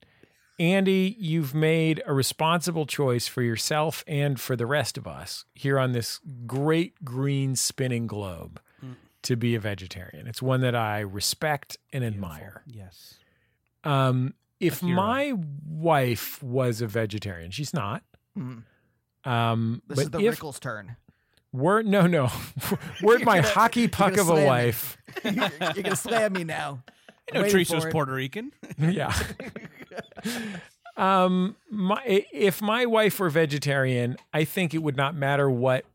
B: Andy, you've made a responsible choice for yourself and for the rest of us here on this great green spinning globe
E: Mm.
B: to be a vegetarian. It's one that I respect and admire.
C: Yes.
B: Um, if
E: uh,
C: Akira.
B: my wife was a vegetarian, she's not.
E: Mhm.
B: Um,
E: This
B: but
E: is the
B: if
E: Rickles turn. (laughs)
B: were no no, (laughs) were my hockey puck
E: gonna
B: of a
E: slam me.
B: wife.
E: you're, you're gonna slam me now.
C: I know
E: Waiting
C: Teresa's
E: for it.
C: Puerto Rican.
B: yeah. (laughs) um, my i- if my wife were vegetarian, I think it would not matter what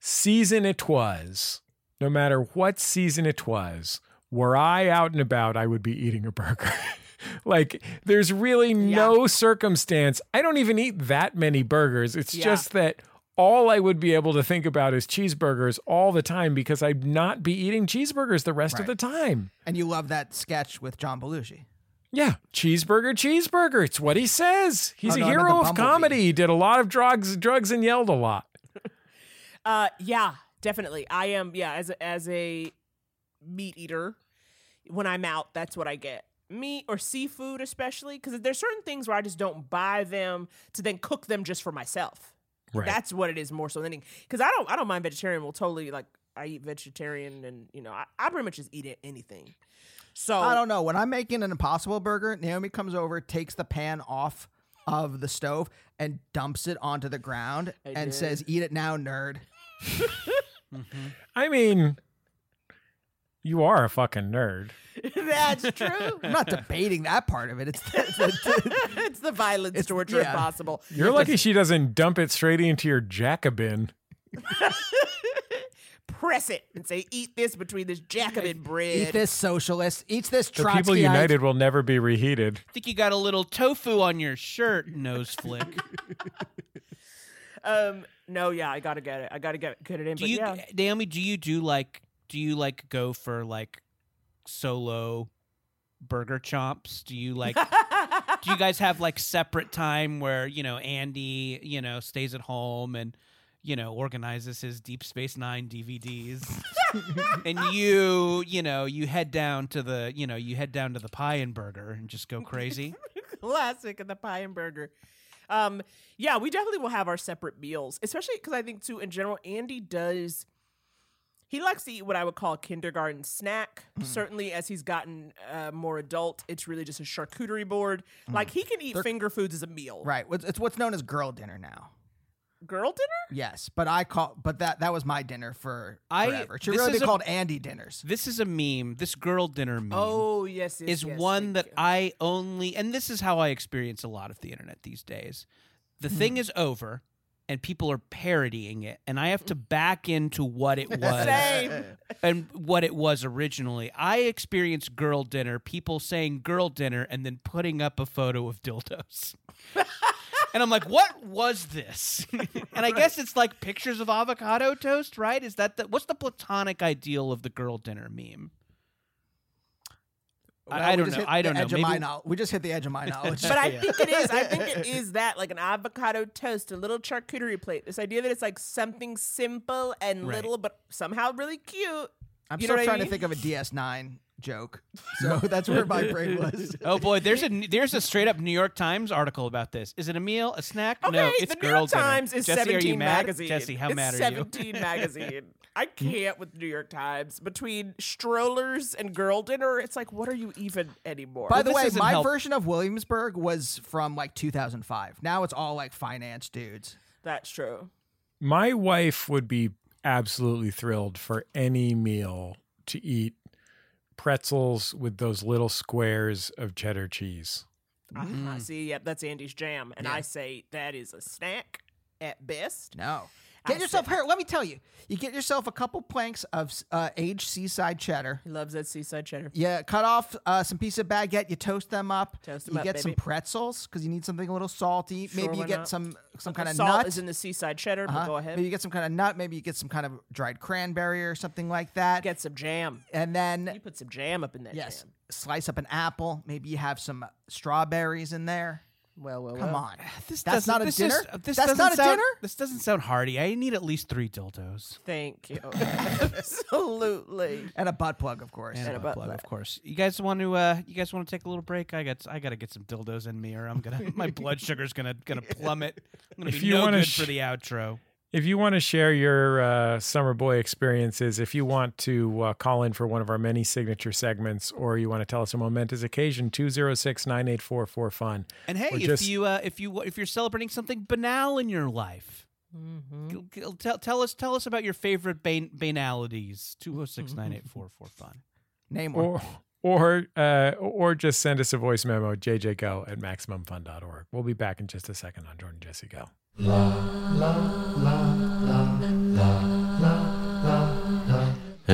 B: season it was. No matter what season it was, were I out and about, I would be eating a burger. (laughs) like there's really no circumstance. I don't even eat that many burgers. It's
F: Yeah.
B: just that all I would be able to think about is cheeseburgers all the time because I'd not be eating cheeseburgers the rest of
E: Right.
B: the time.
E: And you love that sketch with John Belushi.
B: Yeah, cheeseburger, cheeseburger. It's what he says. He's
E: Oh,
B: a
E: no, I meant
B: hero
E: the
B: of comedy.
E: bumblebee.
B: He did a lot of drugs, drugs, and yelled a lot.
F: Uh, yeah, definitely. I am. Yeah, as a, as a meat eater, when I'm out, that's what I get. Meat or seafood, especially because there's certain things where I just don't buy them to then cook them just for myself.
B: Right.
F: That's what it is more so than anything. Because I don't I don't mind vegetarian. Well, totally like I eat vegetarian, and you know I, I pretty much just eat it, anything. So
E: I don't (laughs) know. When I'm making an impossible burger, Naomi comes over, takes the pan off of the stove, and dumps it onto the ground
F: I
E: and
F: did.
E: says, Eat it now, nerd.
B: I mean, you are a fucking nerd.
F: (laughs) that's true.
E: I'm not debating that part of it. It's the,
F: (laughs)
E: the-
F: (laughs) it's the violence
E: It's-
F: torture
E: yeah.
F: impossible.
B: You're lucky she doesn't dump it straight into your Jacobin.
F: Press it and say, "Eat this between this Jacobin bread."
E: eat this socialist, eat this
B: The
E: Trotskyite.
B: people united will never be reheated.
C: think you got a little tofu on your shirt, nose flick.
F: Um, no, yeah, I gotta get it. I gotta get get it in.
C: Do
F: but
C: you, eh,
F: yeah,
C: Naomi? Do you do like? Do you like go for like solo burger chomps? Do you like? do you guys have like separate time where you know Andy you know stays at home and you know organizes his Deep Space Nine DVDs,
F: (laughs)
C: and you you know you head down to the you know you head down to the pie and burger and just go
F: (laughs)
C: crazy.
F: classic and the pie and burger. Um, yeah, we definitely will have our separate meals, especially because I think too in general, Andy does. He likes to eat what I would call kindergarten snack.
C: Mm-hmm.
F: Certainly, as he's gotten uh, more adult, it's really just a charcuterie board.
C: Mm.
F: Like he can eat finger foods as a meal.
E: Right. It's it's what's known as girl dinner now.
F: Girl dinner?
E: Yes, but I call but that that was my dinner for
C: I-
E: forever. It should
C: this
E: really be
C: is a-
E: called Andy dinners.
C: This is a meme. This girl dinner meme.
F: Oh yes, yes
C: Mm. is
F: yes,
C: one
F: thank
C: that
F: you.
C: I only, and this is how I experience a lot of the internet these days. The
F: Hmm.
C: thing is over, and people are parodying it, and I have to back into what it was
F: (laughs) same.
C: and what it was originally. I experience girl dinner, people saying girl dinner, and then putting up a photo of dildos. And I'm like, what was this? (laughs) and I guess it's like pictures of avocado toast, right? Is that the what's the platonic ideal of the girl dinner meme? I-
E: Well,
C: I
E: we
C: don't
E: just
C: know.
E: hit
C: I
E: the
C: don't know.
E: edge Of my
C: Maybe-
E: knowl- we just hit the edge
C: (laughs)
E: of my knowledge.
F: But I think it is. I think it is that like an avocado toast, a little charcuterie plate. This idea that it's like something simple and
C: Right.
F: little, but somehow really cute.
E: I'm
F: You know
E: still
F: what I
E: trying to
F: mean?
E: think of a DS9
F: (laughs)
E: joke. So that's where my brain was.
C: Oh boy, there's a there's a straight up New York Times article about this. Is it a meal, a snack? no,
F: Okay,
C: it's
F: the New
C: girl
F: York Times
C: dinner.
F: is
C: Jesse, are you
F: seventeen
C: mad?
F: magazine.
C: Jesse, how
F: it's
C: mad are
F: Seventeen
C: (laughs)
F: magazine. I can't with New York Times. Between strollers and girl dinner, it's like, what are you even anymore?
E: By the
C: this
E: way,
C: isn't
E: my
C: help-
E: version of Williamsburg was from like 2005. Now it's all like finance dudes.
F: that's true.
B: My wife would be absolutely thrilled for any meal to eat pretzels with those little squares of cheddar cheese.
F: Ah, see, yep, that's Andy's jam, and I say that is a snack at best.
E: No.
F: I
E: Get yourself
F: said-
E: here. Let me tell you. You get yourself a couple planks of uh, aged seaside cheddar.
F: He loves that seaside cheddar.
E: You cut off uh, some piece of baguette. You toast them up.
F: Toast 'em
E: you
F: up,
E: get some
F: baby.
E: pretzels because you need something a little salty.
F: Sure,
E: Maybe you
F: why
E: get
F: not?
E: some some
F: The
E: kind of
F: salt
E: nut.
F: is in the seaside cheddar,
E: Uh-huh.
F: but go ahead.
E: Maybe you get some kind of nut. Maybe you get some kind of dried cranberry or something like that.
F: Get some jam.
E: and
F: You
E: then
F: put some jam up in that
E: yes,
F: jam.
E: slice up an apple. Maybe you have some strawberries in there.
F: Well,
C: Oh,
F: well,
E: Come
F: well.
E: on,
C: This
E: that's
C: doesn't-
E: not a
C: this
E: dinner.
C: is- this
E: that's
C: doesn't
E: not a
C: sound-
E: dinner.
C: This doesn't sound hearty. I need at least three dildos
F: Thank you. (laughs) Absolutely.
E: And a butt plug, of course.
C: and a butt
F: butt
C: plug,
F: plug.
C: of course. You guys want to? Uh, you guys want to take a little break? I got I got to get some dildos in me, or I'm
E: (laughs)
C: gonna my blood sugar's gonna gonna plummet. I'm gonna
B: If
C: be
B: you
C: no
B: wanna
C: good
B: sh-
C: for the outro.
B: If you want to share your uh, summer boy experiences, if you want to uh, call in for one of our many signature segments, or you want to tell us a momentous occasion, 206 984 4FUN.
C: And hey,
B: Or
C: if
B: just-
C: you uh, if you if you're celebrating something banal in your life,
E: Mm-hmm.
C: g- g- tell, tell us tell us about your favorite ban- banalities. Two zero six nine eight four four fun.
E: Mm-hmm. Name one.
B: Or, or, uh, or just send us a voice memo, jjgo at maximumfun.org. We'll be back in just a second on Jordan Jesse Go.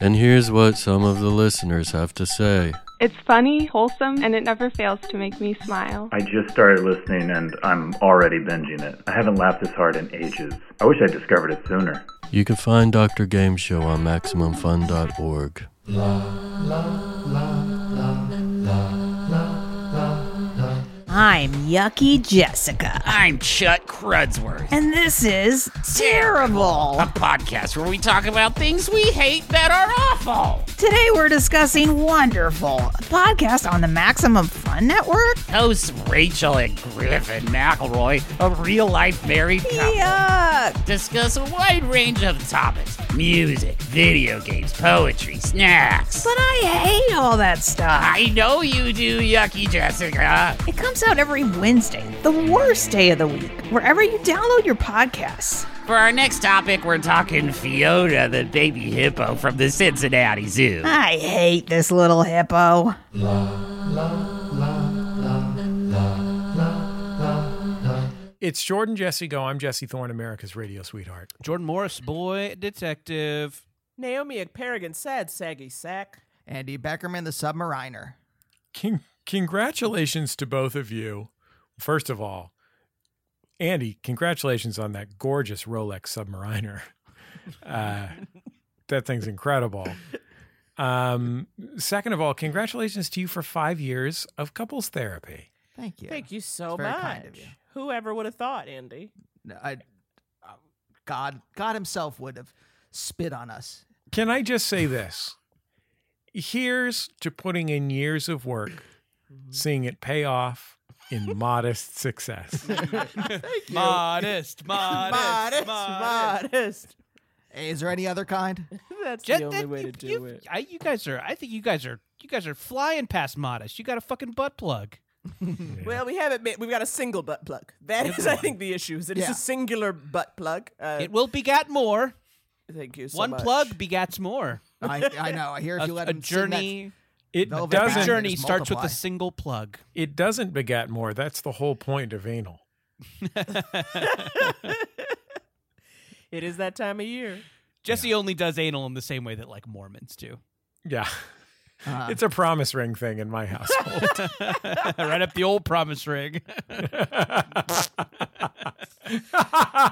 H: And here's what some of the listeners have to say.
I: It's funny, wholesome, and it never fails to make me smile.
J: I just started listening and I'm already binging it. I haven't laughed this hard in ages. I wish I discovered it sooner.
H: You can find Dr. Game Show on MaximumFun.org.
K: I'm Yucky Jessica.
L: I'm Chuck Crudsworth.
K: And this is Terrible,
L: a podcast where we talk about things we hate that are awful.
K: Today we're discussing Wonderful, a podcast on the Maximum Fun Network.
L: Hosts Rachel and Griffin McElroy, a real life married couple,
K: Yuck!
L: discuss a wide range of topics music, video games, poetry, snacks.
F: uh,
K: But I hate all that stuff.
L: I know you do, Yucky Jessica.
K: It comes out every Wednesday, the worst day of the week, wherever you download your podcasts.
L: For our next topic, we're talking Fiona, the baby hippo from the Cincinnati Zoo.
K: I hate this little hippo.
B: It's Jordan Jesse Go. I'm Jesse Thorne, America's radio sweetheart.
C: Jordan Morris, boy detective.
F: Naomi Paragon sad saggy sack.
E: Andy Beckerman, the submariner.
B: Con- congratulations to both of you. First of all, Andy, congratulations on that gorgeous Rolex Submariner. Uh, that thing's incredible. Um, second of all, congratulations to you for five years of couples therapy.
E: Thank you.
F: Thank you so
E: It's very
F: much.
E: kind of you.
F: Whoever would have thought, Andy?
E: No, I, uh, God, God Himself would have spit on us.
B: Can I just say this? Here's to putting in years of work, seeing it pay off in modest success.
E: (laughs)
C: Modest, modest, modest.
F: Modest, modest. (laughs)
E: Hey, Is there any other kind?
F: That's
C: Jen-
F: the only
C: that-
F: way to
C: you-
F: do
C: you-
F: it.
C: I, you guys are. I think you guys are. You guys are flying past modest. You got a fucking butt plug.
F: Well, we haven't. Made, we've got a single butt plug. That is, I think, the issue. Is it is
E: Yeah.
F: a singular butt plug. Uh,
C: It will begat more.
F: thank you so
C: One
F: much.
C: plug begats more.
E: I, I know. I hear if
C: A,
E: you let
C: a
E: him sing that-
C: journey.
B: It
E: Velvet
C: Every
E: Doesn't-
B: doesn't
C: journey
E: Just
C: starts with a
E: multiply.
C: single plug.
B: it doesn't begat more. That's the whole point of anal.
F: It is that time of year.
C: Jesse only does anal in the same way that like Mormons do. (laughs)
B: Yeah.
E: Uh,
B: It's a promise ring thing in my
E: (laughs)
B: household.
C: right up the old promise ring.
B: (laughs)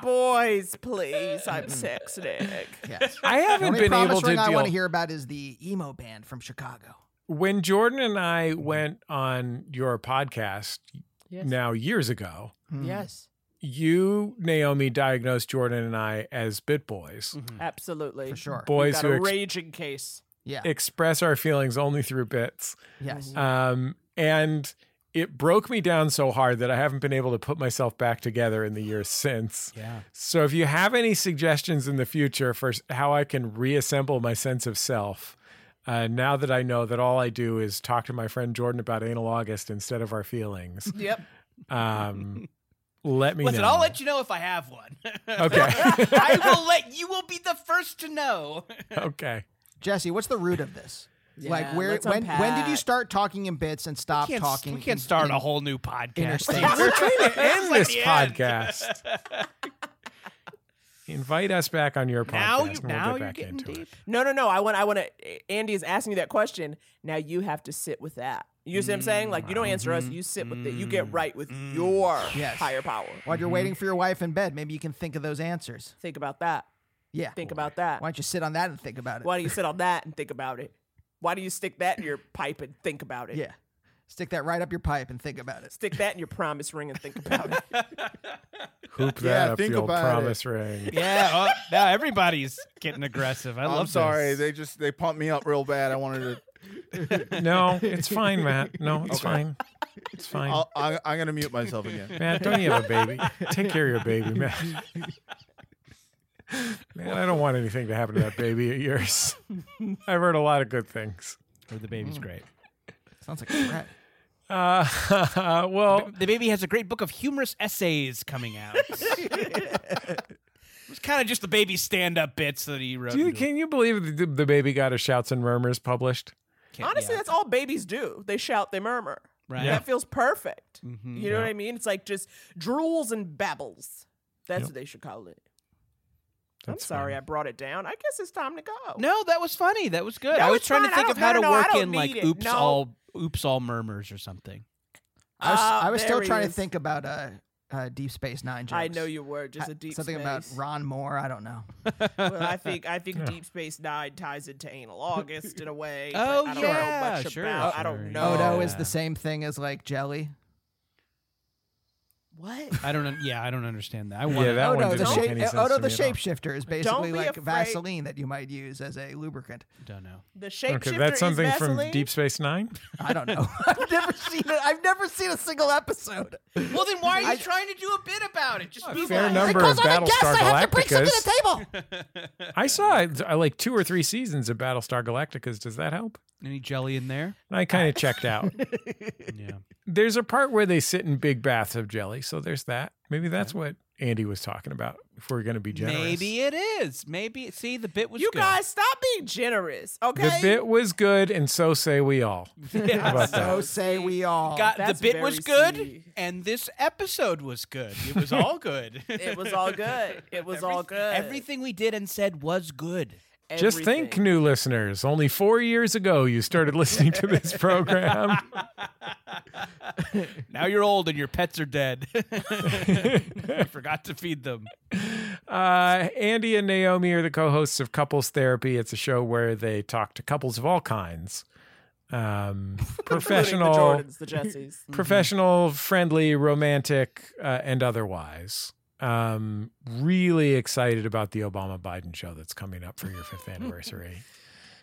F: Boys, please. I'm sex Nick.
E: yes.
B: I
E: The
B: haven't
E: only
B: been
E: promise
B: able to
E: ring
B: deal.
E: I want to hear about is the emo band from Chicago.
B: When Jordan and I
E: Mm-hmm.
B: went on your podcast
F: Yes.
B: now years ago,
E: Hmm.
F: Yes.
B: you Naomi diagnosed Jordan and I as bit boys,
E: Mm-hmm.
F: Absolutely.
E: Mm. for sure.
F: We've
B: boys
F: got
B: who
F: a
B: ex-
F: raging case.
E: Yeah.
B: express our feelings only through bits.
C: Mm-hmm.
E: yes.
F: Mm-hmm.
E: Uh,
B: Um, and it broke me down so hard that I haven't been able to put myself back together in the years since.
C: Yeah.
B: So if you have any suggestions in the future for s- how I can reassemble my sense of self, uh, now that I know that all I do is talk to my friend Jordan about anal August instead of our feelings,
F: Yep.
B: um, let me
C: Listen,
B: know.
C: I'll let you know if I have
E: (laughs)
C: one. (laughs)
B: Okay.
C: I will let you will be the first to know. (laughs)
B: okay.
E: Jesse, what's the root of this? like
F: Yeah,
E: where
F: let's
E: when when did you
F: unpack.
E: start talking in bits and stop
C: can't,
E: talking?
C: we can't
E: in-
C: start
E: in-
C: a whole new podcast. (laughs)
E: interstates. We're
B: trying to
C: This is
B: end
C: like
B: this
C: the end.
B: podcast. Invite us back on your podcast.
C: now you
B: and we'll
C: now
B: get
C: you're
B: back
C: getting
B: into it.
C: deep.
F: No, no, no. I want. I want to. Andy is asking you that question. Now you have to sit with that. You see what I'm saying? Like you don't answer us. You sit with it. You get right with your
E: Mm-hmm. Yes.
F: higher power.
E: While you're waiting for your wife in bed, maybe you can think of those answers.
F: Think about that.
E: Yeah.
F: Think about that.
E: Why don't you sit on that and think about it?
F: Why do you sit on that and think about it? Why do you stick that in your pipe and think about it?
E: Yeah. Stick that right up your pipe and think about it.
F: Stick that in your promise ring and think about it.
B: Hoop that
D: Yeah,
B: up
D: think
B: the old
D: about it.
B: promise ring.
C: Yeah, well, now everybody's getting aggressive. I love
D: I'm sorry.
C: this.
D: They just they pumped me up real bad. I wanted
C: (laughs)
D: to.
B: No, it's fine, Matt. No, it's fine. It's fine.
D: I'll, I, I'm gonna mute myself again.
B: Matt, don't you have a baby?
F: (laughs)
B: Take care of your baby, Matt. Man, I don't want anything to happen to that baby of yours. I've heard a lot of good things.
C: Or the baby's
F: Mm.
C: great.
E: Sounds like a threat.
B: Uh, (laughs) well,
C: Oh, The baby has a great book of humorous essays coming
F: (laughs)
C: out. it's kind of just the baby's stand-up bits that he wrote.
B: do you,
C: into
B: can you believe the, the baby got a Shouts and Murmurs published?
C: a kid.
F: Honestly,
C: Yeah.
F: that's all babies do. They shout, they murmur.
C: right.
B: Yeah.
F: That feels perfect.
C: Mhm.
F: You know what I mean? It's like just drools and babbles. That's
B: Yep.
F: what they should call it.
B: That's
F: I'm sorry
B: fine.
F: I brought it down. I guess it's time to go.
C: No, that was funny. That was good.
F: No,
C: I was
F: it's
C: trying
F: fine.
C: to
F: I
C: think
F: don't-
C: of how to
F: no, no, no, I
C: work
F: don't
C: in like
F: need it.
C: oops
F: No.
C: all Oops, all murmurs or something.
E: I was,
F: Ah,
E: I was still
F: there he
E: trying to
F: is.
E: think about uh, uh, Deep Space Nine jokes.
F: I know you were just
E: I-
F: a deep
E: something
F: space.
E: about Ron Moore. I don't know.
F: well, I think I think
E: Yeah.
F: Deep Space Nine ties into Anal August in a way.
C: Oh,
F: but I don't
C: yeah,
F: know much
C: sure,
F: about. I
C: sure,
F: don't know.
E: Odo
C: yeah.
E: is the same thing as like jelly.
F: What?
C: I don't. un- Yeah, I don't understand that. I
B: Yeah,
C: want
B: that one
E: Odo Oh, the,
B: didn't make
E: shape,
B: any sense
E: Odo
B: to
E: the
B: me at all.
E: shapeshifter is basically
F: be
E: like
F: afraid.
E: Vaseline that you might use as a lubricant.
C: Don't know.
F: The shapeshifter
B: okay, that's something
F: is
B: from
F: Vaseline?
B: Deep Space Nine.
E: I don't know. (laughs) I've never seen it. I've never seen a single episode.
F: Well, then why are you trying to do a bit about it? Just be
B: fair
F: like-
B: number
E: because
B: of
E: I'm a guest,
B: Battlestar
E: I have to bring something
B: Galacticas.
E: to the table.
B: I saw uh, like two or three seasons of Battlestar Galacticas. Does that help?
C: Any jelly in there?
B: And I kind of checked out.
C: Yeah.
B: There's a part where they sit in big baths of jelly, so there's that. Maybe that's what Andy was talking about. If we're going to be generous,
C: Maybe it is. Maybe see the bit was.
F: You
C: good.
F: guys stop being generous, okay?
B: the bit was good, and so say we all.
F: (laughs) Yeah.
B: How about that?
E: So say we all.
C: Got the
F: Oh, That's
C: bit was
F: very
C: good,
F: sweet.
C: and this episode was good. It was all good.
F: (laughs) It was
C: (laughs)
F: all good. It was all good.
C: Everything we did and said was good.
B: Just think,
F: Everything.
B: new listeners. Only four years ago, you started listening to
F: (laughs)
B: this program.
C: Now you're old and your pets are dead. (laughs)
F: (laughs)
C: I forgot to feed them.
B: Uh, Andy and Naomi are the co hosts of Couples Therapy. It's a show where they talk to couples of all kinds um,
F: (laughs) Including
B: professional,
F: the (laughs) Jordans, the Jessies.
B: Mm-hmm. professional, friendly, romantic, uh, and otherwise. Um, really excited about the Obama Biden show that's coming up for your fifth anniversary.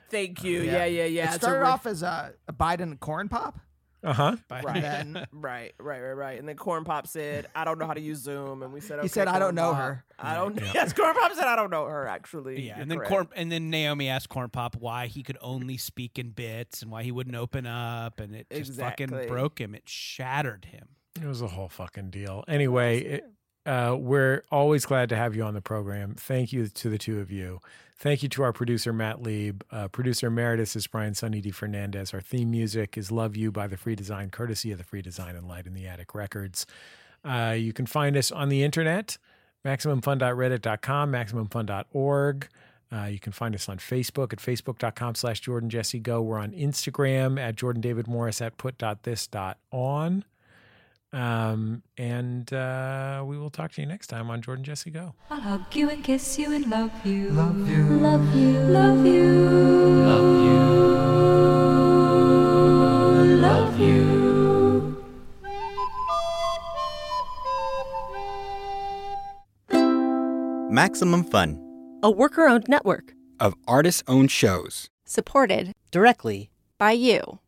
F: Thank you. Yeah, yeah, yeah.
E: It
F: It's a
E: started
F: re-
E: off as a, a Biden corn pop.
B: Uh huh.
F: Right.
E: Then-
C: (laughs)
F: right, right, right, right. And then Corn Pop said, "I don't know how to use Zoom," and we said, okay,
E: He said, "I don't
F: Corn
E: know
F: Pop.
E: her."
F: I don't. (laughs) Yes, Corn Pop said, "I don't know her." Actually,
C: Yeah,
F: You're
C: and then
F: correct.
C: Corn, and then Naomi asked Corn Pop why he could only speak in bits and why he wouldn't open up, and it just
F: Exactly.
C: fucking broke him. It shattered him.
B: It was a whole fucking deal. Anyway, it, uh, we're always glad to have you on the program. Thank you to the two of you. Thank you to our producer, Matt Lieb. Uh, producer emeritus is Brian Sunny D. Fernandez. Our theme music is Love You by The Free Design, courtesy of The Free Design and Light in the Attic Records. Uh, you can find us on the internet, maximumfun.reddit.com, maximumfun.org. Uh, you can find us on Facebook at facebook.com slash Jordan Jesse Go. We're on Instagram at Jordan David Morris at put.this.on. Um, and uh, we will talk to you next time on Jordan Jesse Go.
A: I'll hug you and kiss you and love you. Love
B: you.
A: Love you. Love you. Love you. Love you.
M: Maximum Fun
N: A worker owned network
M: of artist owned shows.
N: supported directly by you.